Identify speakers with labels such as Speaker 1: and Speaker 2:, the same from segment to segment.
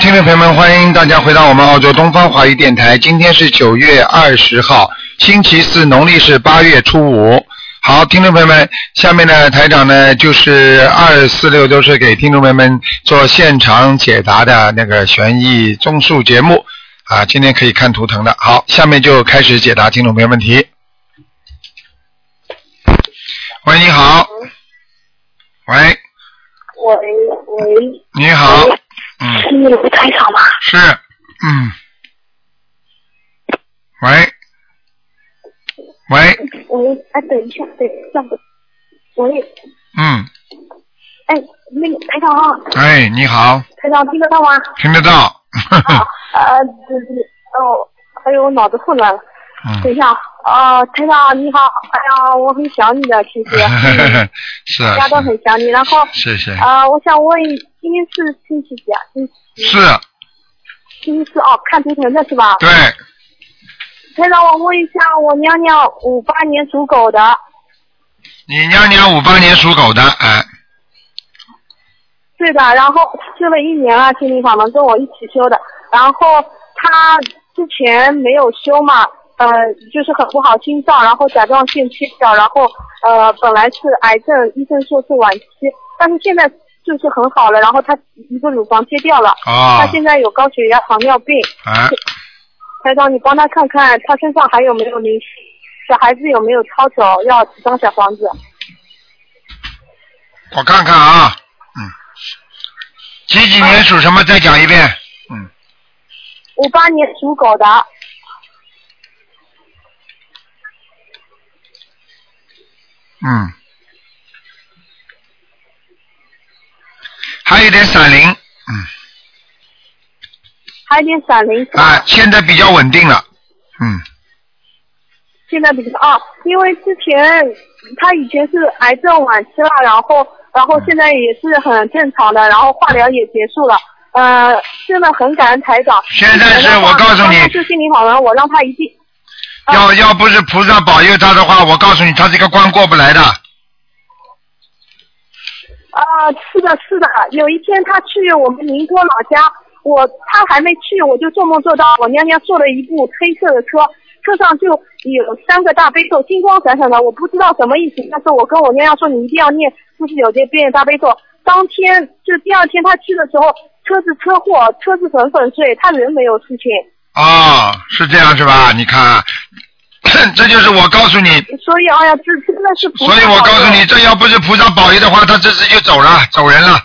Speaker 1: 听众朋友们，欢迎大家回到我们澳洲东方华语电台。今天是九月二十号，星期四，农历是八月初五。好，听众朋友们，下面呢，台长呢就是二四六都是给听众朋友们做现场解答的那个悬疑综述节目啊。今天可以看图腾的。好，下面就开始解答听众朋友问题。喂，你好。喂，
Speaker 2: 喂喂，
Speaker 1: 你好，嗯。
Speaker 2: 是你卢台长吗？
Speaker 1: 是，嗯，喂，喂，
Speaker 2: 喂，哎，等一下，等一下，喂，
Speaker 1: 嗯，
Speaker 2: 哎，那个台长啊，
Speaker 1: 哎，你好，
Speaker 2: 台长听得到吗？
Speaker 1: 听得到，
Speaker 2: 啊，呃，这这，哦，哎呦，我脑子混乱了，等
Speaker 1: 嗯，
Speaker 2: 一下，啊、台长你好，哎呀，我很想你的，其 实，嗯
Speaker 1: 是
Speaker 2: 大
Speaker 1: 啊
Speaker 2: 家都很想你，然后，
Speaker 1: 是，谢谢，
Speaker 2: 啊、我想问，今天是星期几啊？星期
Speaker 1: 是，
Speaker 2: 星期四哦，看图腾的是吧？
Speaker 1: 对，
Speaker 2: 台长，我问一下，我娘娘五八年属狗的，
Speaker 1: 你娘娘五八年属狗的，哎，
Speaker 2: 对的，然后修了一年了啊心灵法门，跟我一起修的。然后他之前没有修嘛，呃，就是很不好心脏，然后甲状腺切掉，然后呃本来是癌症，医生说是晚期，但是现在就是很好了。然后他一个乳房切掉了，他
Speaker 1: 哦，
Speaker 2: 现在有高血压、糖尿病。
Speaker 3: 啊
Speaker 1: 哎，
Speaker 2: 台长，你帮他看看他身上还有没有灵性，小孩子有没有抄手，要几张小房子？
Speaker 1: 我看看啊，嗯，几几年属什么？再讲一遍，嗯，
Speaker 2: 五八年属狗的，
Speaker 1: 嗯，还有点闪灵，嗯。
Speaker 2: 还有点闪灵是吧？
Speaker 1: 啊，现在比较稳定了。嗯，
Speaker 2: 现在比较啊，因为之前他以前是癌症晚期了，然后然后现在也是很正常的，然后化疗也结束了。呃，真的很感恩台长。
Speaker 1: 现在是我告诉你
Speaker 2: 他是心灵好人，我让他一定啊
Speaker 1: 要要不是菩萨保佑他的话，我告诉你，他这个关过不来的。
Speaker 2: 啊、是的，是的。有一天他去我们宁波老家，我他还没去，我就做梦做到我娘娘坐了一部黑色的车，车上就有三个大悲咒，金光闪闪的，我不知道什么意思。但是我跟我娘娘说，你一定要念四十九遍遍大悲咒。当天就第二天他去的时候，车子车祸，车子粉粉碎，他人没有事情，
Speaker 1: 哦，是这样是吧？
Speaker 2: 嗯
Speaker 1: 你看啊， 这就是我告诉你，
Speaker 2: 所以哎呀，这真的是不
Speaker 1: 所以我告诉你，这要不是菩萨保佑的话，他这次就走了，走人了。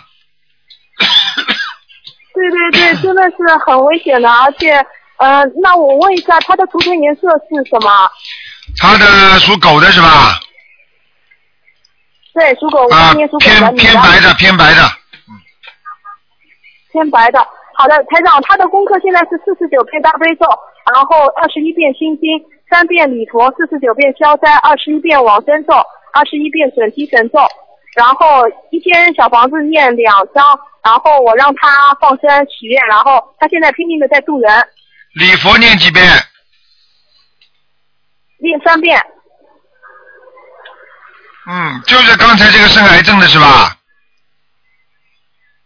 Speaker 2: 对对对，真的是很危险的，而且呃，那我问一下，他的图腾颜色是什么？
Speaker 1: 他的属狗的是吧？
Speaker 2: 对，属狗，我
Speaker 1: 啊
Speaker 2: 当年属，狗的，
Speaker 1: 偏
Speaker 2: 你
Speaker 1: 偏
Speaker 2: 要
Speaker 1: 白的，偏白的，
Speaker 2: 偏白的。好的，台长，他的功课现在是四十九遍大悲咒，然后二十一遍心经，三遍礼佛，四十九遍消灾，二十一遍往生咒，二十一遍准提神咒，然后一天小房子念两张，然后我让他放生许愿，然后他现在拼命的在渡人，
Speaker 1: 礼佛念几遍？
Speaker 2: 念三遍。
Speaker 1: 嗯，就是刚才这个生癌症的是吧？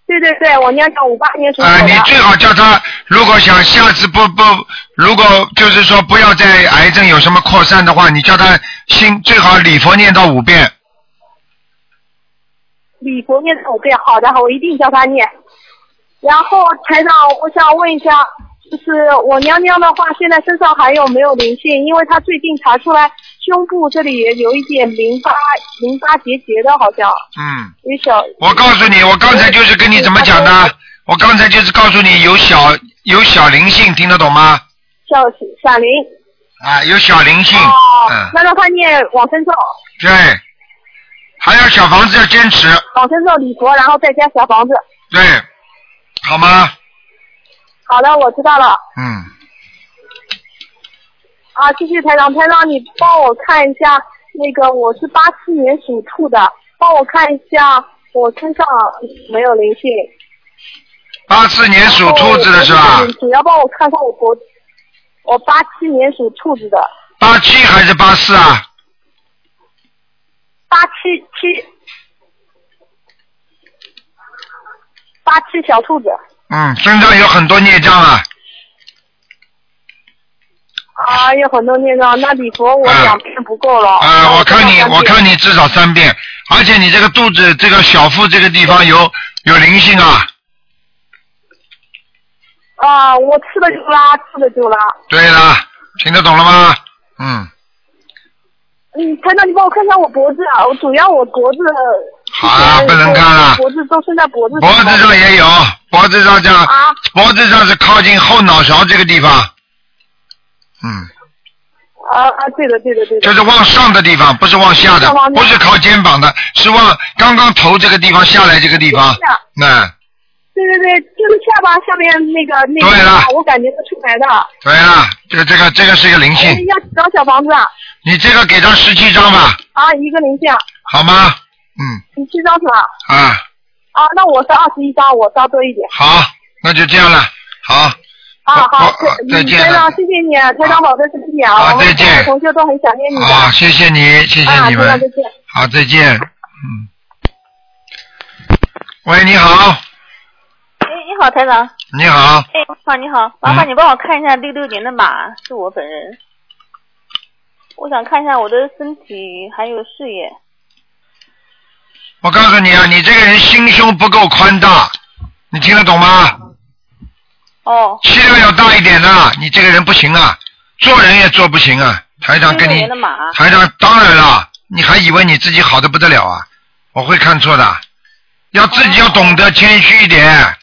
Speaker 2: 对对对，我娘讲五八年属狗
Speaker 1: 啊、
Speaker 2: 的。
Speaker 1: 你最好叫他，如果想下次不不，如果就是说不要再癌症有什么扩散的话，你叫他心最好礼佛念到五遍，
Speaker 2: 礼佛念五遍，好的，我一定教他念。然后台长，我想问一下，就是我娘娘的话，现在身上还有没有灵性？因为她最近查出来胸部这里有一点淋巴淋巴结节的，好像
Speaker 1: 嗯。
Speaker 2: 有小。
Speaker 1: 我告诉你，我刚才就是跟你怎么讲的，我刚才就是告诉你有小有小灵性，听得懂吗？
Speaker 2: 小闪灵
Speaker 1: 啊，有小灵性，
Speaker 2: 哦，
Speaker 1: 嗯，
Speaker 2: 那让她念往生咒，
Speaker 1: 对，还有小房子要坚持，
Speaker 2: 往生咒礼佛，然后再加小房子。
Speaker 1: 对，好吗？
Speaker 2: 好的，我知道了。
Speaker 1: 嗯，
Speaker 2: 啊，谢谢台长，台长你帮我看一下，那个我是八七年属兔的，帮我看一下我身上有没有灵性。
Speaker 1: 八四年属兔子的是吧？
Speaker 2: 嗯主要帮我看看我脖，我八七年属兔子的，
Speaker 1: 八七还是八四啊？
Speaker 2: 八七七，八七小兔子，
Speaker 1: 嗯，身上有很多孽障啊，
Speaker 2: 啊，有很多那个，那礼佛我
Speaker 1: 啊
Speaker 2: 两遍不够哦了。
Speaker 1: 啊，我看你，我看
Speaker 2: 你。
Speaker 1: 你至少三遍，而且你这个肚子这个小腹这个地
Speaker 2: 嗯
Speaker 1: 方有有灵性啊，
Speaker 2: 啊，我吃了就拉，吃了就拉。
Speaker 1: 对了，听得懂了吗？嗯，
Speaker 2: 嗯，台长，你帮我看一下我脖子啊，我主要我脖子。
Speaker 1: 好啊
Speaker 2: 就是
Speaker 1: 不能看了
Speaker 2: 脖子都伸在脖子
Speaker 1: 脖子上也有，脖子上这样，
Speaker 2: 啊
Speaker 1: 脖子上是靠近后脑勺这个地方，嗯，
Speaker 2: 啊啊，对的对的对的。
Speaker 1: 就是往上的地方，啊不是往下的
Speaker 2: 是往，
Speaker 1: 不是靠肩膀的，是往刚刚头这个地方下来这个地方嗯
Speaker 2: 是的，
Speaker 1: 那、
Speaker 2: 对对对，就是下巴下面那个那个
Speaker 1: 对
Speaker 2: 地
Speaker 1: 了
Speaker 2: 方，我感觉得出来的。
Speaker 1: 对了，这个这个这个是一个灵
Speaker 2: 哎
Speaker 1: 性，
Speaker 2: 要几张小房子啊？
Speaker 1: 你这个给他十七张吧，
Speaker 2: 啊，一个零件，
Speaker 1: 好吗？嗯
Speaker 2: 你七张是吧？
Speaker 1: 啊，
Speaker 2: 啊，那我是二十一张，我烧多一点。
Speaker 1: 好，那就这样了，好，
Speaker 2: 啊，
Speaker 1: 好
Speaker 2: 好，
Speaker 1: 好
Speaker 2: 嗯
Speaker 1: 再见
Speaker 2: 台
Speaker 1: 了
Speaker 2: 长，谢谢你，台长保重身体啊！
Speaker 1: 好
Speaker 2: 我们
Speaker 1: 再见
Speaker 2: 所有同学都很想念你的。
Speaker 1: 好，啊谢谢你，谢谢
Speaker 2: 嗯啊，
Speaker 1: 你
Speaker 2: 台长
Speaker 1: 们
Speaker 2: 再，见。
Speaker 1: 好，再见，嗯。喂，你好，
Speaker 4: 哎，你好，台长。
Speaker 1: 你好，
Speaker 4: 哎，你好，你好，麻烦你帮我看一下六六年的马，是我本人。我想看一下我的身体还有事业。
Speaker 1: 我告诉你啊，你这个人心胸不够宽大，你听得懂吗？
Speaker 4: 哦，
Speaker 1: 气量要大一点的、你这个人不行啊，做人也做不行啊。台长
Speaker 4: 六
Speaker 1: 跟
Speaker 4: 六
Speaker 1: 你
Speaker 4: 年的，马。
Speaker 1: 台长当然了，你还以为你自己好的不得了啊？我会看错的，要自己要懂得谦虚一点，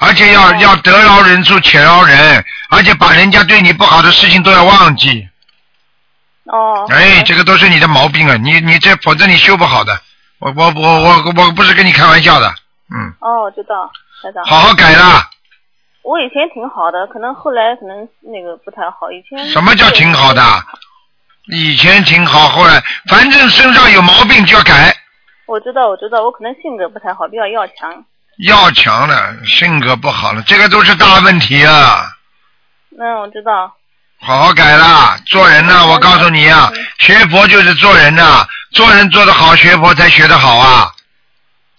Speaker 1: 而且要、
Speaker 4: 哦
Speaker 1: 要得饶人处且饶人，而且把人家对你不好的事情都要忘记。
Speaker 4: 哦。
Speaker 1: 哎，这个都是你的毛病啊，你你这否则你修不好的。我我我我我不是跟你开玩笑的，嗯，
Speaker 4: 哦，我知道，台长。
Speaker 1: 好好改啦。
Speaker 4: 我以前挺好的，可能后来可能那个不太好。以前
Speaker 1: 什么叫挺好的？？以前挺好，后来反正身上有毛病就要改，
Speaker 4: 我知道，我知道，我可能性格不太好，比较要强。
Speaker 1: 要强了，性格不好了，这个都是大问题啊！
Speaker 4: 嗯，我知道。
Speaker 1: 好好改啦，做人呐、我告诉你啊，学佛就是做人呐、做人做得好，学佛才学得好啊，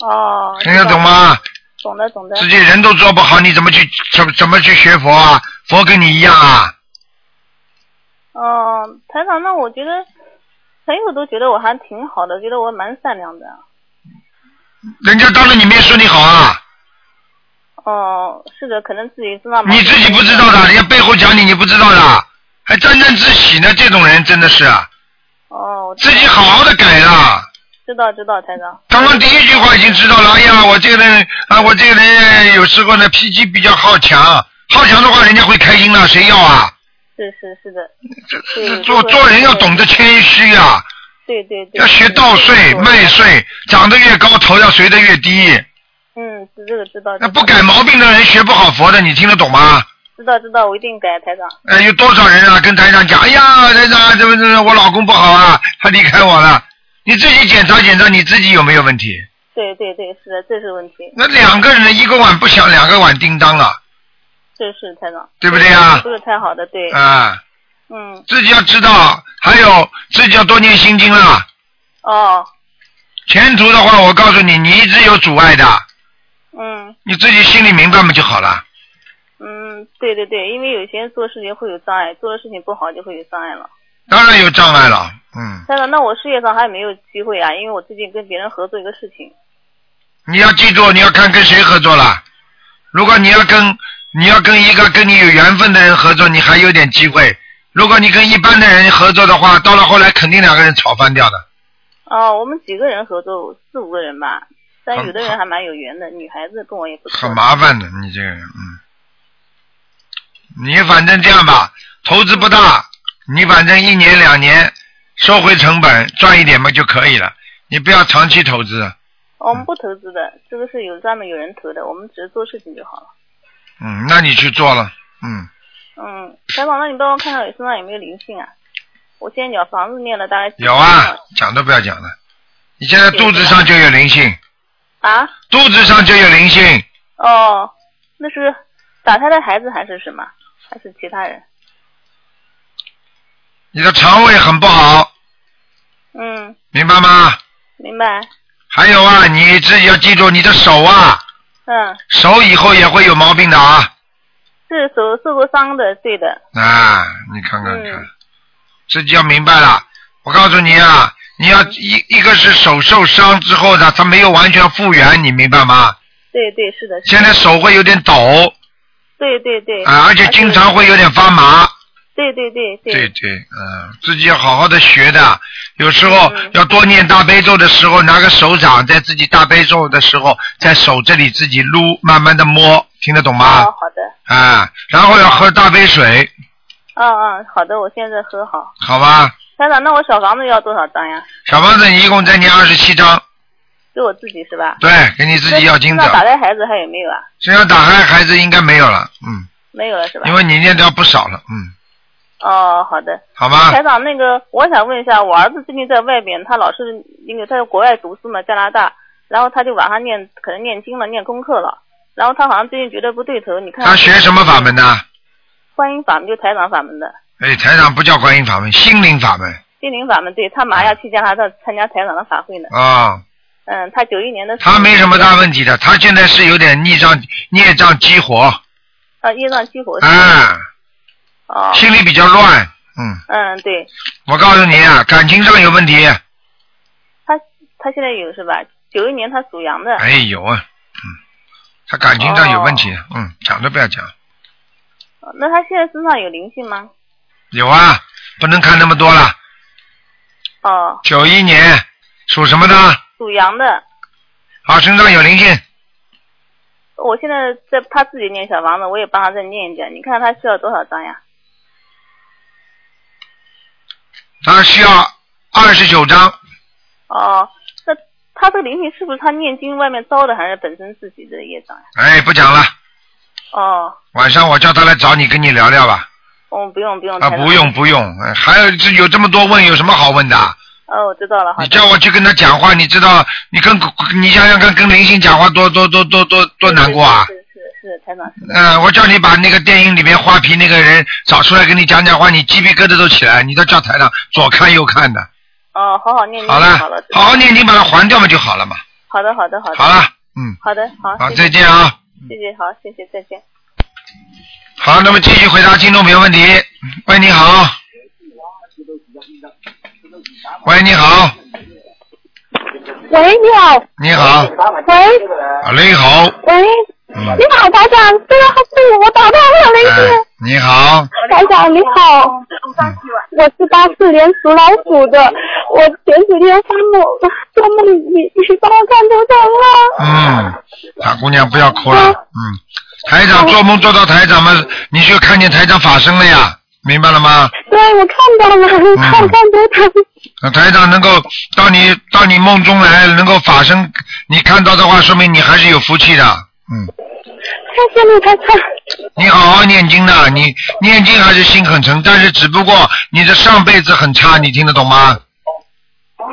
Speaker 4: 哦。
Speaker 1: 听得
Speaker 4: 知道
Speaker 1: 懂？吗？
Speaker 4: 懂的，懂的。
Speaker 1: 自己人都做不好，你怎么去怎怎么去学佛啊？佛跟你一样啊，
Speaker 4: 嗯，台长，那我觉得朋友都觉得我还挺好的，觉得我蛮善良的。
Speaker 1: 人家当着你面说你好啊，
Speaker 4: 哦，是的，可能自己知道吗？
Speaker 1: 你自己不知道的，人家背后讲你，你不知道的，还沾沾自喜呢，这种人真的是啊。
Speaker 4: 哦，我知
Speaker 1: 自
Speaker 4: 道
Speaker 1: 己好好的改啦。
Speaker 4: 知道知道，台长。
Speaker 1: 刚刚第一句话已经知道了，哎呀，我这个人啊，我这个人有时候呢脾气比较好强，好强的话人家会开心的，谁要啊？
Speaker 4: 是是是的，
Speaker 1: 这
Speaker 4: 对
Speaker 1: 这做做人要懂得谦虚啊，
Speaker 4: 对对对。
Speaker 1: 要学稻穗、
Speaker 4: 对
Speaker 1: 麦。穗，长得越高头要垂得越低。
Speaker 4: 嗯，这这个知道。
Speaker 1: 那
Speaker 4: 知
Speaker 1: 不
Speaker 4: 道
Speaker 1: 改毛病的人学不好佛的，你听得懂吗？
Speaker 4: 知道知道，我一定改，台长。
Speaker 1: 呃，有多少人啊跟台长讲，哎呀，台长怎么怎么我老公不好啊，他离开我了。你自己检查检查你自己有没有问题。
Speaker 4: 对对对，是的，这是问题，
Speaker 1: 那两个人一个碗不响，两个碗叮当了，
Speaker 4: 这是台长。
Speaker 1: 对不对啊
Speaker 4: 不是太好的，对。
Speaker 1: 啊！
Speaker 4: 嗯，
Speaker 1: 自己要知道，还有自己要多念心经啦。
Speaker 4: 哦，
Speaker 1: 前途的话，我告诉你，你一直有阻碍的，
Speaker 4: 嗯
Speaker 1: 你自己心里明白嘛就好了。
Speaker 4: 嗯，对对对，因为有些人做事情会有障碍，做的事情不好就会有障碍了。
Speaker 1: 当然有障碍了，嗯，
Speaker 4: 台长，那我事业上还没有机会啊，因为我最近跟别人合作一个事情。
Speaker 1: 你要记住，你要看跟谁合作了。如果你要跟你要跟一个跟你有缘分的人合作，你还有点机会；如果你跟一般的人合作的话，到了后来肯定两个人吵翻掉的。
Speaker 4: 哦，我们几个人合作，四五个人吧。但
Speaker 1: 很
Speaker 4: 有的
Speaker 1: 好
Speaker 4: 人还蛮有缘的，女孩子跟我也不错
Speaker 1: 很。麻烦的，你这个人，嗯，你反正这样吧，投资不大，你反正一年两年收回成本赚一点嘛就可以了，你不要长期投资，
Speaker 4: 哦我们不投资的，这个是有专门有人投的，我们只是做事情就好了。
Speaker 1: 嗯，那你去做了，嗯，
Speaker 4: 嗯，采访，那你帮我看看我身上有没有灵性啊？我现在鸟房子念了大概几
Speaker 1: 有啊
Speaker 4: 天了，
Speaker 1: 讲都不要讲了，你现在肚子上就有灵性，
Speaker 4: 啊，
Speaker 1: 肚子上就有灵性，
Speaker 4: 哦，那是打胎的孩子还是什么？还是其他人？
Speaker 1: 你的肠胃很不好，
Speaker 4: 嗯，
Speaker 1: 明白吗？
Speaker 4: 明白。
Speaker 1: 还有啊，你自己要记住，你的手啊，
Speaker 4: 嗯，
Speaker 1: 手以后也会有毛病的啊！
Speaker 4: 是手受过伤的，对的。
Speaker 1: 啊，你看看看，
Speaker 4: 嗯
Speaker 1: 自己要明白了。我告诉你啊，你要一一个是手受伤之后的，它没有完全复原，你明白吗？
Speaker 4: 对对是的。是的
Speaker 1: 现在手会有点抖
Speaker 4: 对对对。
Speaker 1: 啊，而且经常会有点发麻。
Speaker 4: 对对对对。
Speaker 1: 对对，嗯，自己要好好的学的。有时候
Speaker 4: 嗯
Speaker 1: 要多念大悲咒的时候，拿个手掌在自己大悲咒的时候，在手这里自己撸，慢慢的摸，听得懂吗？
Speaker 4: 哦，好的。
Speaker 1: 啊，然后要喝大杯水，
Speaker 4: 嗯嗯，好的，我现在和好。
Speaker 1: 好吧？
Speaker 4: 台长，那我小房子要多少张呀？
Speaker 1: 小房子，你一共再念二十七章，
Speaker 4: 给我自己是吧？
Speaker 1: 对，给你自己要经
Speaker 4: 那打
Speaker 1: 者。
Speaker 4: 胎孩子还有没有啊？
Speaker 1: 身上打开孩子应该没有了，嗯，
Speaker 4: 没有了是吧
Speaker 1: 因？为你念掉不少了，嗯，
Speaker 4: 哦，好的。
Speaker 1: 好吧？
Speaker 4: 台长，那个我想问一下，我儿子最近在外边，他老是那个在国外读书嘛，加拿大，然后他就晚上念，可能念经了，念功课了，然后他好像最近觉得不对头，你看
Speaker 1: 他学什么法门？呢？
Speaker 4: 观音法门就台长法门的，
Speaker 1: 哎，台长不叫观音法门，心灵法门
Speaker 4: 心灵法门，对他马上要去加拿大参加台长的法会呢。
Speaker 1: 啊、
Speaker 4: 嗯，他九一年的。
Speaker 1: 他没什么大。问题的，他现在是有点逆障孽障激活，
Speaker 4: 啊，业障激活。。
Speaker 1: 啊，
Speaker 4: 哦。
Speaker 1: 心里比较乱，嗯，
Speaker 4: 嗯，对
Speaker 1: 我告诉你啊，感情上有问题，
Speaker 4: 他，他现在有是吧？九一年他属羊的。
Speaker 1: 哎有啊，嗯，他感情上有问题，嗯，讲都不要讲，
Speaker 4: 哦那他现在身上有灵性吗？
Speaker 1: 有啊，不能看那么多了，
Speaker 4: 哦，
Speaker 1: 九一年属什么的？
Speaker 4: 属羊的。
Speaker 1: 啊，身上有灵性，
Speaker 4: 我现在在他自己念小房子，我也帮他再念一点。你看他需要多少张呀？
Speaker 1: 他需要二十九张，
Speaker 4: 哦，那他这个灵性是不是他念经外面招的，还是本身自己的业障呀？
Speaker 1: 哎，不讲了，
Speaker 4: 哦，
Speaker 1: 晚上我叫他来找你，跟你聊聊吧。
Speaker 4: 哦，不用不用。
Speaker 1: 啊，
Speaker 4: 台长
Speaker 1: 不。用不用，哎还有这有这么多问，有什么好问的？啊
Speaker 4: 哦，我知道了，好
Speaker 1: 你
Speaker 4: 的。
Speaker 1: 叫我去跟他讲话，你知道，你跟你想想看，跟灵性讲话多多多多多多难过啊！
Speaker 4: 是是是是，台长。是
Speaker 1: 呃，我叫你把那个电影里面画皮那个人找出来跟你讲讲话，你鸡皮疙瘩都起来，你到教台上左看右看的。
Speaker 4: 哦，好好念念。
Speaker 1: 好了
Speaker 4: 好了，，
Speaker 1: 好好。念经把它还掉嘛就好了嘛。
Speaker 4: 好的好的好的。
Speaker 1: 好。了，嗯，
Speaker 4: 好的好。
Speaker 1: 好，
Speaker 4: 谢谢
Speaker 1: 再见啊！
Speaker 4: 谢谢好，谢谢再见。
Speaker 1: 好，那么继续回答听众朋友问题。喂，你好。喂，你好，
Speaker 5: 喂，你好，
Speaker 1: 你好，
Speaker 5: 喂，
Speaker 1: 啊，你好，
Speaker 5: 喂，
Speaker 1: 嗯，
Speaker 5: 你好，台长，这个是我打通了，雷
Speaker 1: 哎
Speaker 5: 姐，，
Speaker 1: 你好，
Speaker 5: 台长你好，我是八四年属老鼠的，我前几天发梦，做梦你你帮我看图腾了，
Speaker 1: 嗯，傻姑娘不要哭了，嗯，台长做梦做到台长嘛，你就看见台长法身了呀，明白了吗？嗯
Speaker 5: 对，我看到了，我看看图腾，
Speaker 1: 那台长能够到你到你梦中来，能够法身，你看到的话，说明你还是有福气的，嗯，
Speaker 5: 谢谢你，台长，
Speaker 1: 你好好念经的，你念经还是心很诚，但是只不过你的上辈子很差，你听得懂吗？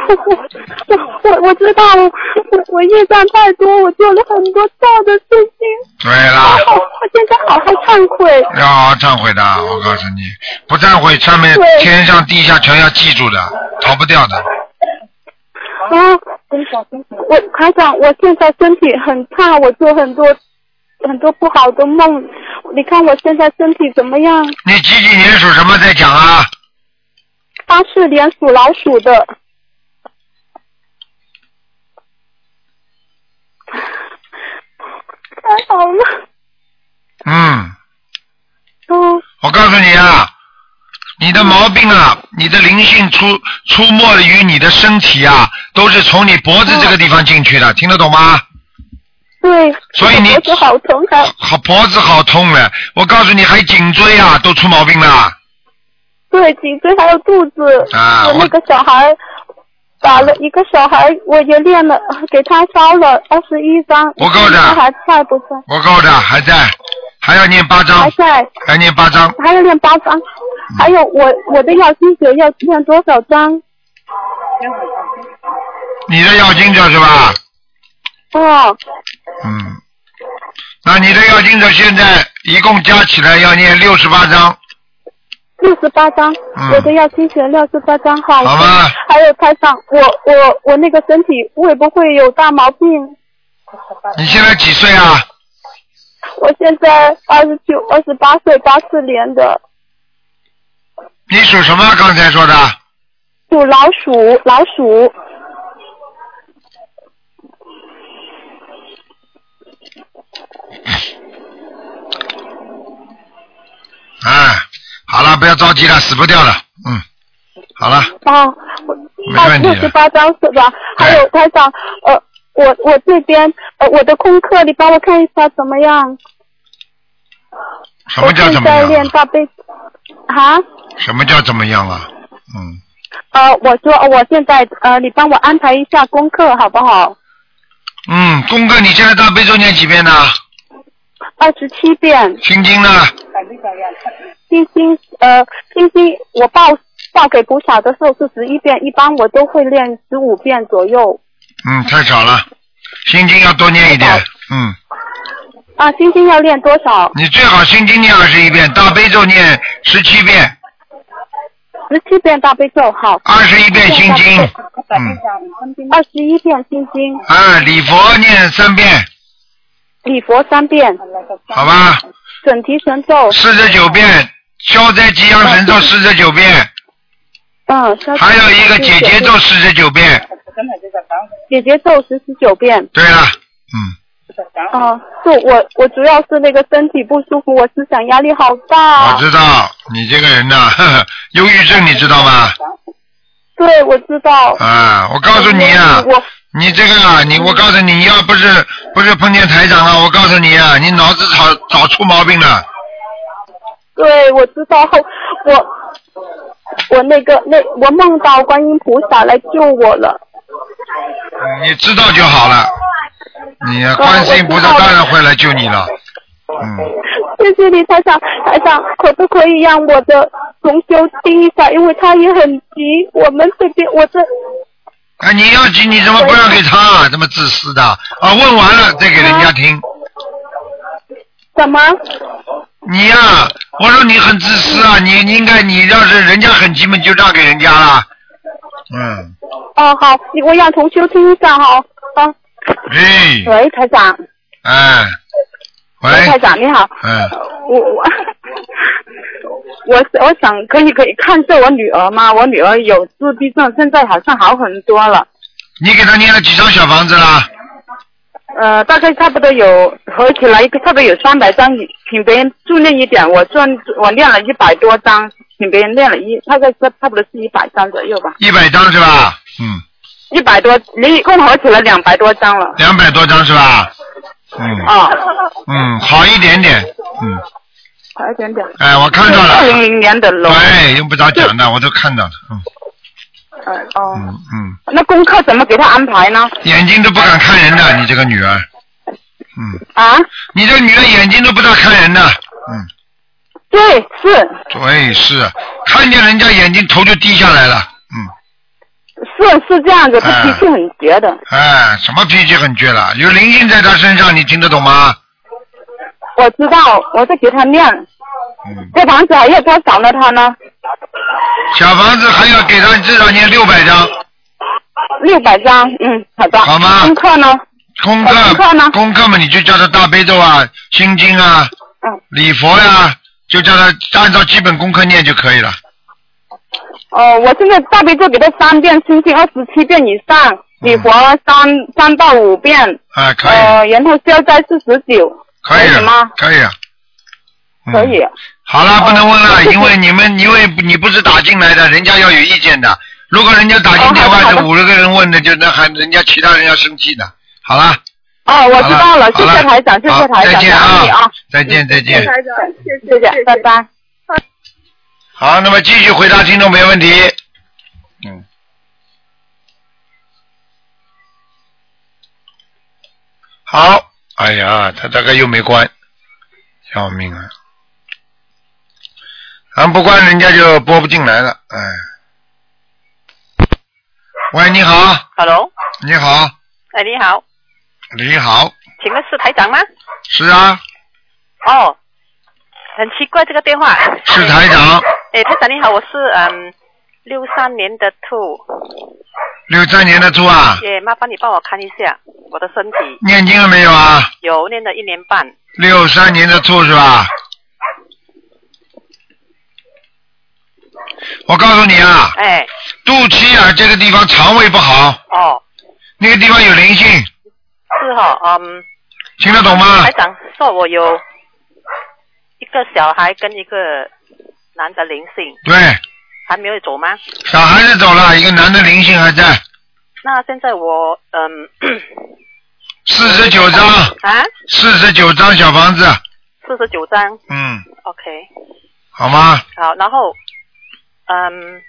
Speaker 5: 我 我我知道，我我业障太多，我做了很多错的事情，
Speaker 1: 对啦，
Speaker 5: 好，我现在好好忏悔，
Speaker 1: 要好好忏悔的，我告诉你，不忏悔，上面
Speaker 5: 嗯对
Speaker 1: 天上地下全要记住的，逃不掉的。
Speaker 5: 啊，我台长，我现在身体很差，我做很多很多不好的梦。你看我现在身体怎么样？
Speaker 1: 你几几年属什么？再讲啊？
Speaker 5: 八四年属老鼠的。太好了，
Speaker 1: 嗯。
Speaker 5: 哦，
Speaker 1: 我告诉你啊，你的毛病啊，你的灵性出出没于你的身体啊，都是从你脖子这个地方进去的，听得懂吗？
Speaker 5: 嗯对，
Speaker 1: 所以你
Speaker 5: 我脖子好啊疼还
Speaker 1: 好，脖子好痛了。我告诉你，还颈椎啊都出毛病了。
Speaker 5: 对，颈椎还有肚子。
Speaker 1: 啊
Speaker 5: 我那个小孩打了一个小孩，我也练了，给他烧了二十一张。
Speaker 1: 不够的
Speaker 5: 他还在不在？
Speaker 1: 我告诉你，还在，还要念八
Speaker 5: 还
Speaker 1: 章，
Speaker 5: 在，
Speaker 1: 还念八章。
Speaker 5: 还要练八张。
Speaker 1: 嗯
Speaker 5: 还有我我的药精者要练多少张？
Speaker 1: 你的药经者是吧？
Speaker 5: 哦，
Speaker 1: 嗯。那你的药经者现在一共加起来要念六十八章，
Speaker 5: 六十八张。
Speaker 1: 嗯
Speaker 5: 我的药精者六十八张，好。
Speaker 1: 好吗？
Speaker 5: 还有台长，我我我那个身体会不会有大毛病？
Speaker 1: 你现在几岁啊？
Speaker 5: 我现在二十九、二十八岁，八四年的，
Speaker 1: 你属什么？刚才说的
Speaker 5: 属老鼠，老鼠。
Speaker 1: 啊？好了，不要着急了，死不掉了。嗯，好了，
Speaker 5: 啊，
Speaker 1: 没
Speaker 5: 二
Speaker 1: 问题哎
Speaker 5: 六十
Speaker 1: 的。
Speaker 5: 八张是吧？
Speaker 1: 对
Speaker 5: 还有台长，呃，我我这边呃我的功课，你帮我看一下怎么样？
Speaker 1: 什么叫
Speaker 5: 我
Speaker 1: 怎
Speaker 5: 现
Speaker 1: 么
Speaker 5: 在
Speaker 1: 样
Speaker 5: 练
Speaker 1: 啊？
Speaker 5: 大悲啊，
Speaker 1: 什么叫怎么样啊？嗯，
Speaker 5: 呃，我说呃我现在呃，你帮我安排一下功课好不好？
Speaker 1: 嗯，功课你现在大悲咒念几遍呢？
Speaker 5: 二十七遍，
Speaker 1: 心经呢？
Speaker 5: 星星呃星星，我报报给菩萨的时候是十一遍，一般我都会练十五遍左右。
Speaker 1: 嗯，太少了，心经要多念一点。嗯，
Speaker 5: 啊，星星要练多少？
Speaker 1: 你最好心经念二十一遍，大悲咒念十七遍，
Speaker 5: 十七遍大悲咒，好，
Speaker 1: 二十一遍心经。嗯，
Speaker 5: 二十一遍心经，
Speaker 1: 啊，礼佛念三遍，
Speaker 5: 礼佛三遍，
Speaker 1: 好吧？
Speaker 5: 准提神咒，
Speaker 1: 四十九遍，消灾吉祥神咒四十九遍，
Speaker 5: 嗯，消
Speaker 1: 还有一个
Speaker 5: 解
Speaker 1: 姐姐咒四十九遍。
Speaker 5: 姐姐咒十十九遍。
Speaker 1: 对了，嗯，
Speaker 5: 哦、是我我主要是那个身体不舒服，我思想压力好大
Speaker 1: 我。知道你这个人呐、呵呵，忧郁症你知道吗？
Speaker 5: 对，我知道。
Speaker 1: 啊，我告诉你啊，
Speaker 5: 我
Speaker 1: 你这个啊，你我告诉你，你要不是不是碰见台长了，我告诉你啊，你脑子早早出毛病了。
Speaker 5: 对我知道，我我那个那我梦到观音菩萨来救我了。
Speaker 1: 你知道就好了。你啊
Speaker 5: 哦
Speaker 1: 观世音菩萨
Speaker 5: 我知道了
Speaker 1: 当然会来救你了。嗯，
Speaker 5: 谢谢你，台长，台长，可不可以让我的同修听一下？因为他也很急，我们这边我这
Speaker 1: 哎，你要急，你怎么不让给他、啊？这么自私的啊！问完了再给人家听，
Speaker 5: 怎么？
Speaker 1: 你呀、我说你很自私啊！你你应该，你要是人家很急嘛，你就让给人家了。嗯，
Speaker 5: 哦，好，你我让同修听一下哈。啊，
Speaker 1: 哎，
Speaker 5: 喂，台长，
Speaker 1: 哎，
Speaker 5: 台
Speaker 1: 喂，
Speaker 5: 长你好，
Speaker 1: 嗯，
Speaker 5: 我我我我想可以可以看一下我女儿吗？我女儿有自闭症，现在好像好很多了。
Speaker 1: 你给他念了几张小房子啦？
Speaker 5: 呃，大概差不多有合起来，差不多有三百张，请别人助念一点。我算我念了一百多张，请别人念了一，大概差差不多是一百张左右吧，
Speaker 1: 一百张是吧？嗯，
Speaker 5: 一百多，你一共合起来两百多张了。
Speaker 1: 两百多张是吧？嗯
Speaker 5: 啊、
Speaker 1: 嗯，好一点点。嗯，
Speaker 5: 好一点点。
Speaker 1: 哎，我看到了。
Speaker 5: 二零零年的龙，
Speaker 1: 对，用不着讲的，我都看到了。嗯
Speaker 5: 呃哦，
Speaker 1: 嗯嗯，
Speaker 5: 那功课怎么给他安排呢？
Speaker 1: 眼睛都不敢看人的，你这个女儿。嗯，
Speaker 5: 啊，
Speaker 1: 你这女儿眼睛都不大看人的。嗯，
Speaker 5: 对，是
Speaker 1: 对，是看见人家眼睛头就低下来了。嗯，
Speaker 5: 是是这样子，他脾气很倔的。
Speaker 1: 哎，什么脾气很倔了？有灵性在她身上，你听得懂吗？
Speaker 5: 我知道，我在给他念。
Speaker 1: 嗯，
Speaker 5: 这房子还啊要多少呢？他呢？
Speaker 1: 小房子还要给她至少念六百张，
Speaker 5: 六百张，嗯，好的。
Speaker 1: 好吗
Speaker 5: 功课呢？
Speaker 1: 功课
Speaker 5: 功课呢
Speaker 1: 功课嘛，你就叫她大悲咒啊、心经啊、
Speaker 5: 嗯，
Speaker 1: 礼佛呀、就叫她按照基本功课念就可以了。
Speaker 5: 哦，我现在大悲咒给他三遍，心经二十七遍以
Speaker 1: 嗯
Speaker 5: 上，礼佛三三到五遍，
Speaker 1: 哎，可以。
Speaker 5: 呃，然后消灾四十九，
Speaker 1: 可以
Speaker 5: 可以吗
Speaker 1: 了，可以了，嗯
Speaker 5: 可以。。
Speaker 1: 好了，不能问了，
Speaker 5: 哦
Speaker 1: 因为你们因为你不是打进来的，人家要有意见的。如果人家打进电
Speaker 5: 哦好
Speaker 1: 话
Speaker 5: 的
Speaker 1: 是
Speaker 5: 好的
Speaker 1: 五六个人问的，就那还人家其他人要生气的。好了，
Speaker 5: 哦，我知道了，谢
Speaker 1: 好
Speaker 5: 谢台长，谢
Speaker 1: 好
Speaker 5: 谢台长，
Speaker 1: 再见
Speaker 5: 感恩你
Speaker 1: 啊
Speaker 5: 啊，，
Speaker 1: 再见再见。
Speaker 2: 台长，谢谢
Speaker 5: 谢谢，拜拜。
Speaker 1: 好，那么继续回答听众没问题。嗯。好，哎呀，他大概又没关，要命啊！俺不关人家就播不进来了，哎。喂，你好，
Speaker 4: Hello，
Speaker 1: 你好，
Speaker 4: 哎，你好，
Speaker 1: 你好，
Speaker 4: 请问是台长吗？
Speaker 1: 是啊，
Speaker 4: 哦，很奇怪这个 电话。
Speaker 1: 是台长，
Speaker 4: 哎，台长你好，我是嗯六三年的兔，
Speaker 1: 六三年的猪啊，
Speaker 6: 姐，麻烦你帮我看一下我的身体，
Speaker 1: 念经了没有啊？
Speaker 6: 有念了一年半，
Speaker 1: 六三年的兔是吧？我告诉你啊，
Speaker 6: 哎，
Speaker 1: 肚脐眼这个地方肠胃不好，
Speaker 6: 哦，
Speaker 1: 那个地方有灵性，
Speaker 6: 是哈、嗯，
Speaker 1: 听得懂吗
Speaker 6: 台？长说我有一个小孩跟一个男的灵性，
Speaker 1: 对，
Speaker 6: 还没有走吗？
Speaker 1: 小孩子走了，一个男的灵性还在，
Speaker 6: 那现在我嗯
Speaker 1: 四十九张，
Speaker 6: 啊，
Speaker 1: 四十九张小房子，
Speaker 6: 四十九张
Speaker 1: 嗯，
Speaker 6: ，OK，
Speaker 1: 好吗？
Speaker 6: 好，然后嗯，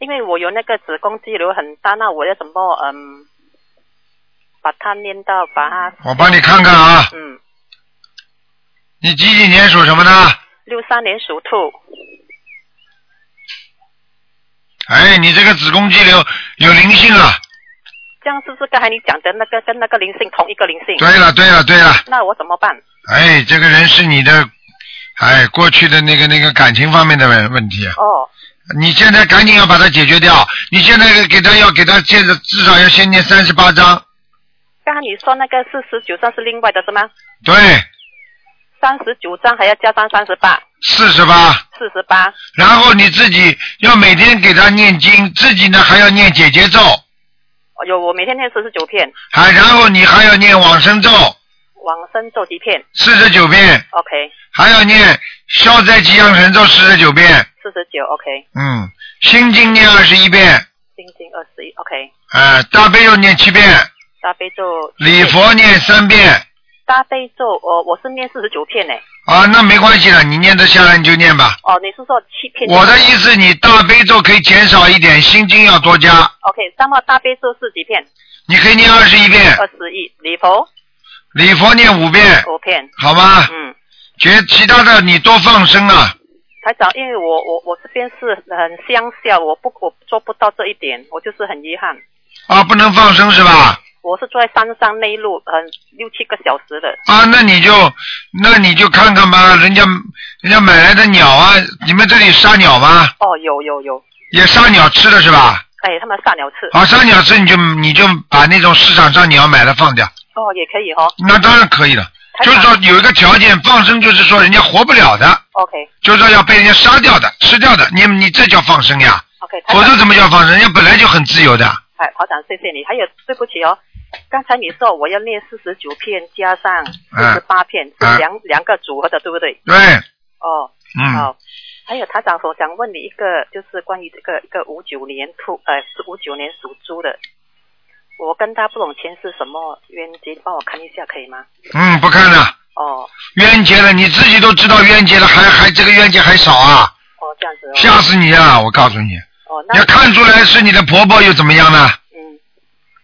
Speaker 6: 因为我有那个子宫肌瘤很大，那我要怎么嗯把它念到把它
Speaker 1: 我帮你看看啊，
Speaker 6: 嗯
Speaker 1: 你几几年属什么的？
Speaker 6: 六三年属兔，
Speaker 1: 哎，你这个子宫肌瘤有灵性了。
Speaker 6: 这样是不是刚才你讲的那个跟那个灵性同一个灵性？
Speaker 1: 对了，对了，对了，
Speaker 6: 那我怎么办？
Speaker 1: 哎，这个人是你的，哎，过去的那个那个感情方面的问问题，啊
Speaker 6: 哦，
Speaker 1: 你现在赶紧要把它解决掉。你现在给他要给他现在至少要先念三十八章，
Speaker 6: 刚才你说那个四十九张是另外的是吗？
Speaker 1: 对，
Speaker 6: 三十九张还要加上三十八，
Speaker 1: 四十八，
Speaker 6: 四十八。
Speaker 1: 然后你自己要每天给他念经，自己呢还要念姐姐咒，
Speaker 6: 有我每天念四十九片，
Speaker 1: 还然后你还要念往生咒
Speaker 6: 往生咒几片
Speaker 1: 四十九遍，
Speaker 6: ，OK，
Speaker 1: 还要念消灾吉祥神咒四十九遍，
Speaker 6: 四十九，OK，
Speaker 1: 嗯，心经念二十一遍，
Speaker 6: 心经二十一，OK，
Speaker 1: 哎、大悲咒念七遍，
Speaker 6: 大悲咒，
Speaker 1: 礼佛念三遍。
Speaker 6: 大悲咒，我、我是念四十九片呢。
Speaker 1: 啊，那没关系了，你念得下来你就念吧。
Speaker 6: 哦，你是说七片？
Speaker 1: 啊我的意思，你大悲咒可以减少一点，心经要多加。
Speaker 6: ，OK，那么大悲咒是几片？
Speaker 1: 你可以念二十一遍，
Speaker 6: 二十一，礼佛
Speaker 1: 礼佛念五遍，
Speaker 6: 五片，
Speaker 1: 好吗？
Speaker 6: 嗯。
Speaker 1: 觉其他的你多放生啊，
Speaker 6: 台长，因为我我我这边是很乡下，我不我做不到这一点，我就是很遗憾。
Speaker 1: 啊，不能放生是吧？
Speaker 6: 我是住在山上内陆，很呃六七个小时的。
Speaker 1: 啊，那你就那你就看看吧，人家人家买来的鸟啊，你们这里杀鸟吗？
Speaker 6: 哦，有有有，
Speaker 1: 也杀鸟吃的是吧？
Speaker 6: 哎，他们撒鸟吃。
Speaker 1: 啊，杀鸟吃你就你就把那种市场上鸟买了放掉，
Speaker 6: 哦，也可以哈、哦。
Speaker 1: 那当然可以了。
Speaker 6: 台
Speaker 1: 就
Speaker 6: 长
Speaker 1: 是说有一个条件，放生就是说人家活不了的，
Speaker 6: ，OK
Speaker 1: 就是说要被人家杀掉的、吃掉的，你你这叫放生呀？
Speaker 6: OK，台
Speaker 1: 否则
Speaker 6: 长，
Speaker 1: 怎么叫放生？人家本来就很自由的。
Speaker 6: 哎，台长，谢谢你。还有，对不起哦，刚才你说我要念四十九片加上四十八片，
Speaker 1: 嗯
Speaker 6: 是两、两个组合的，对不对？
Speaker 1: 对，
Speaker 6: 哦，
Speaker 1: 嗯，
Speaker 6: 好。还有台长，我想问你一个，就是关于这个一个五九年兔，呃，是五九年属猪的，我跟他不懂钱是什么冤结，你帮我看一下可以吗？
Speaker 1: 嗯，不看了，
Speaker 6: 哦
Speaker 1: 冤结了，你自己都知道冤结了，还还这个冤结还少啊？
Speaker 6: 哦，这样子
Speaker 1: 吓死你啊！我告诉你，
Speaker 6: 哦，哦
Speaker 1: 你要
Speaker 6: 那
Speaker 1: 看出来是你的婆婆又怎么样呢？
Speaker 6: 嗯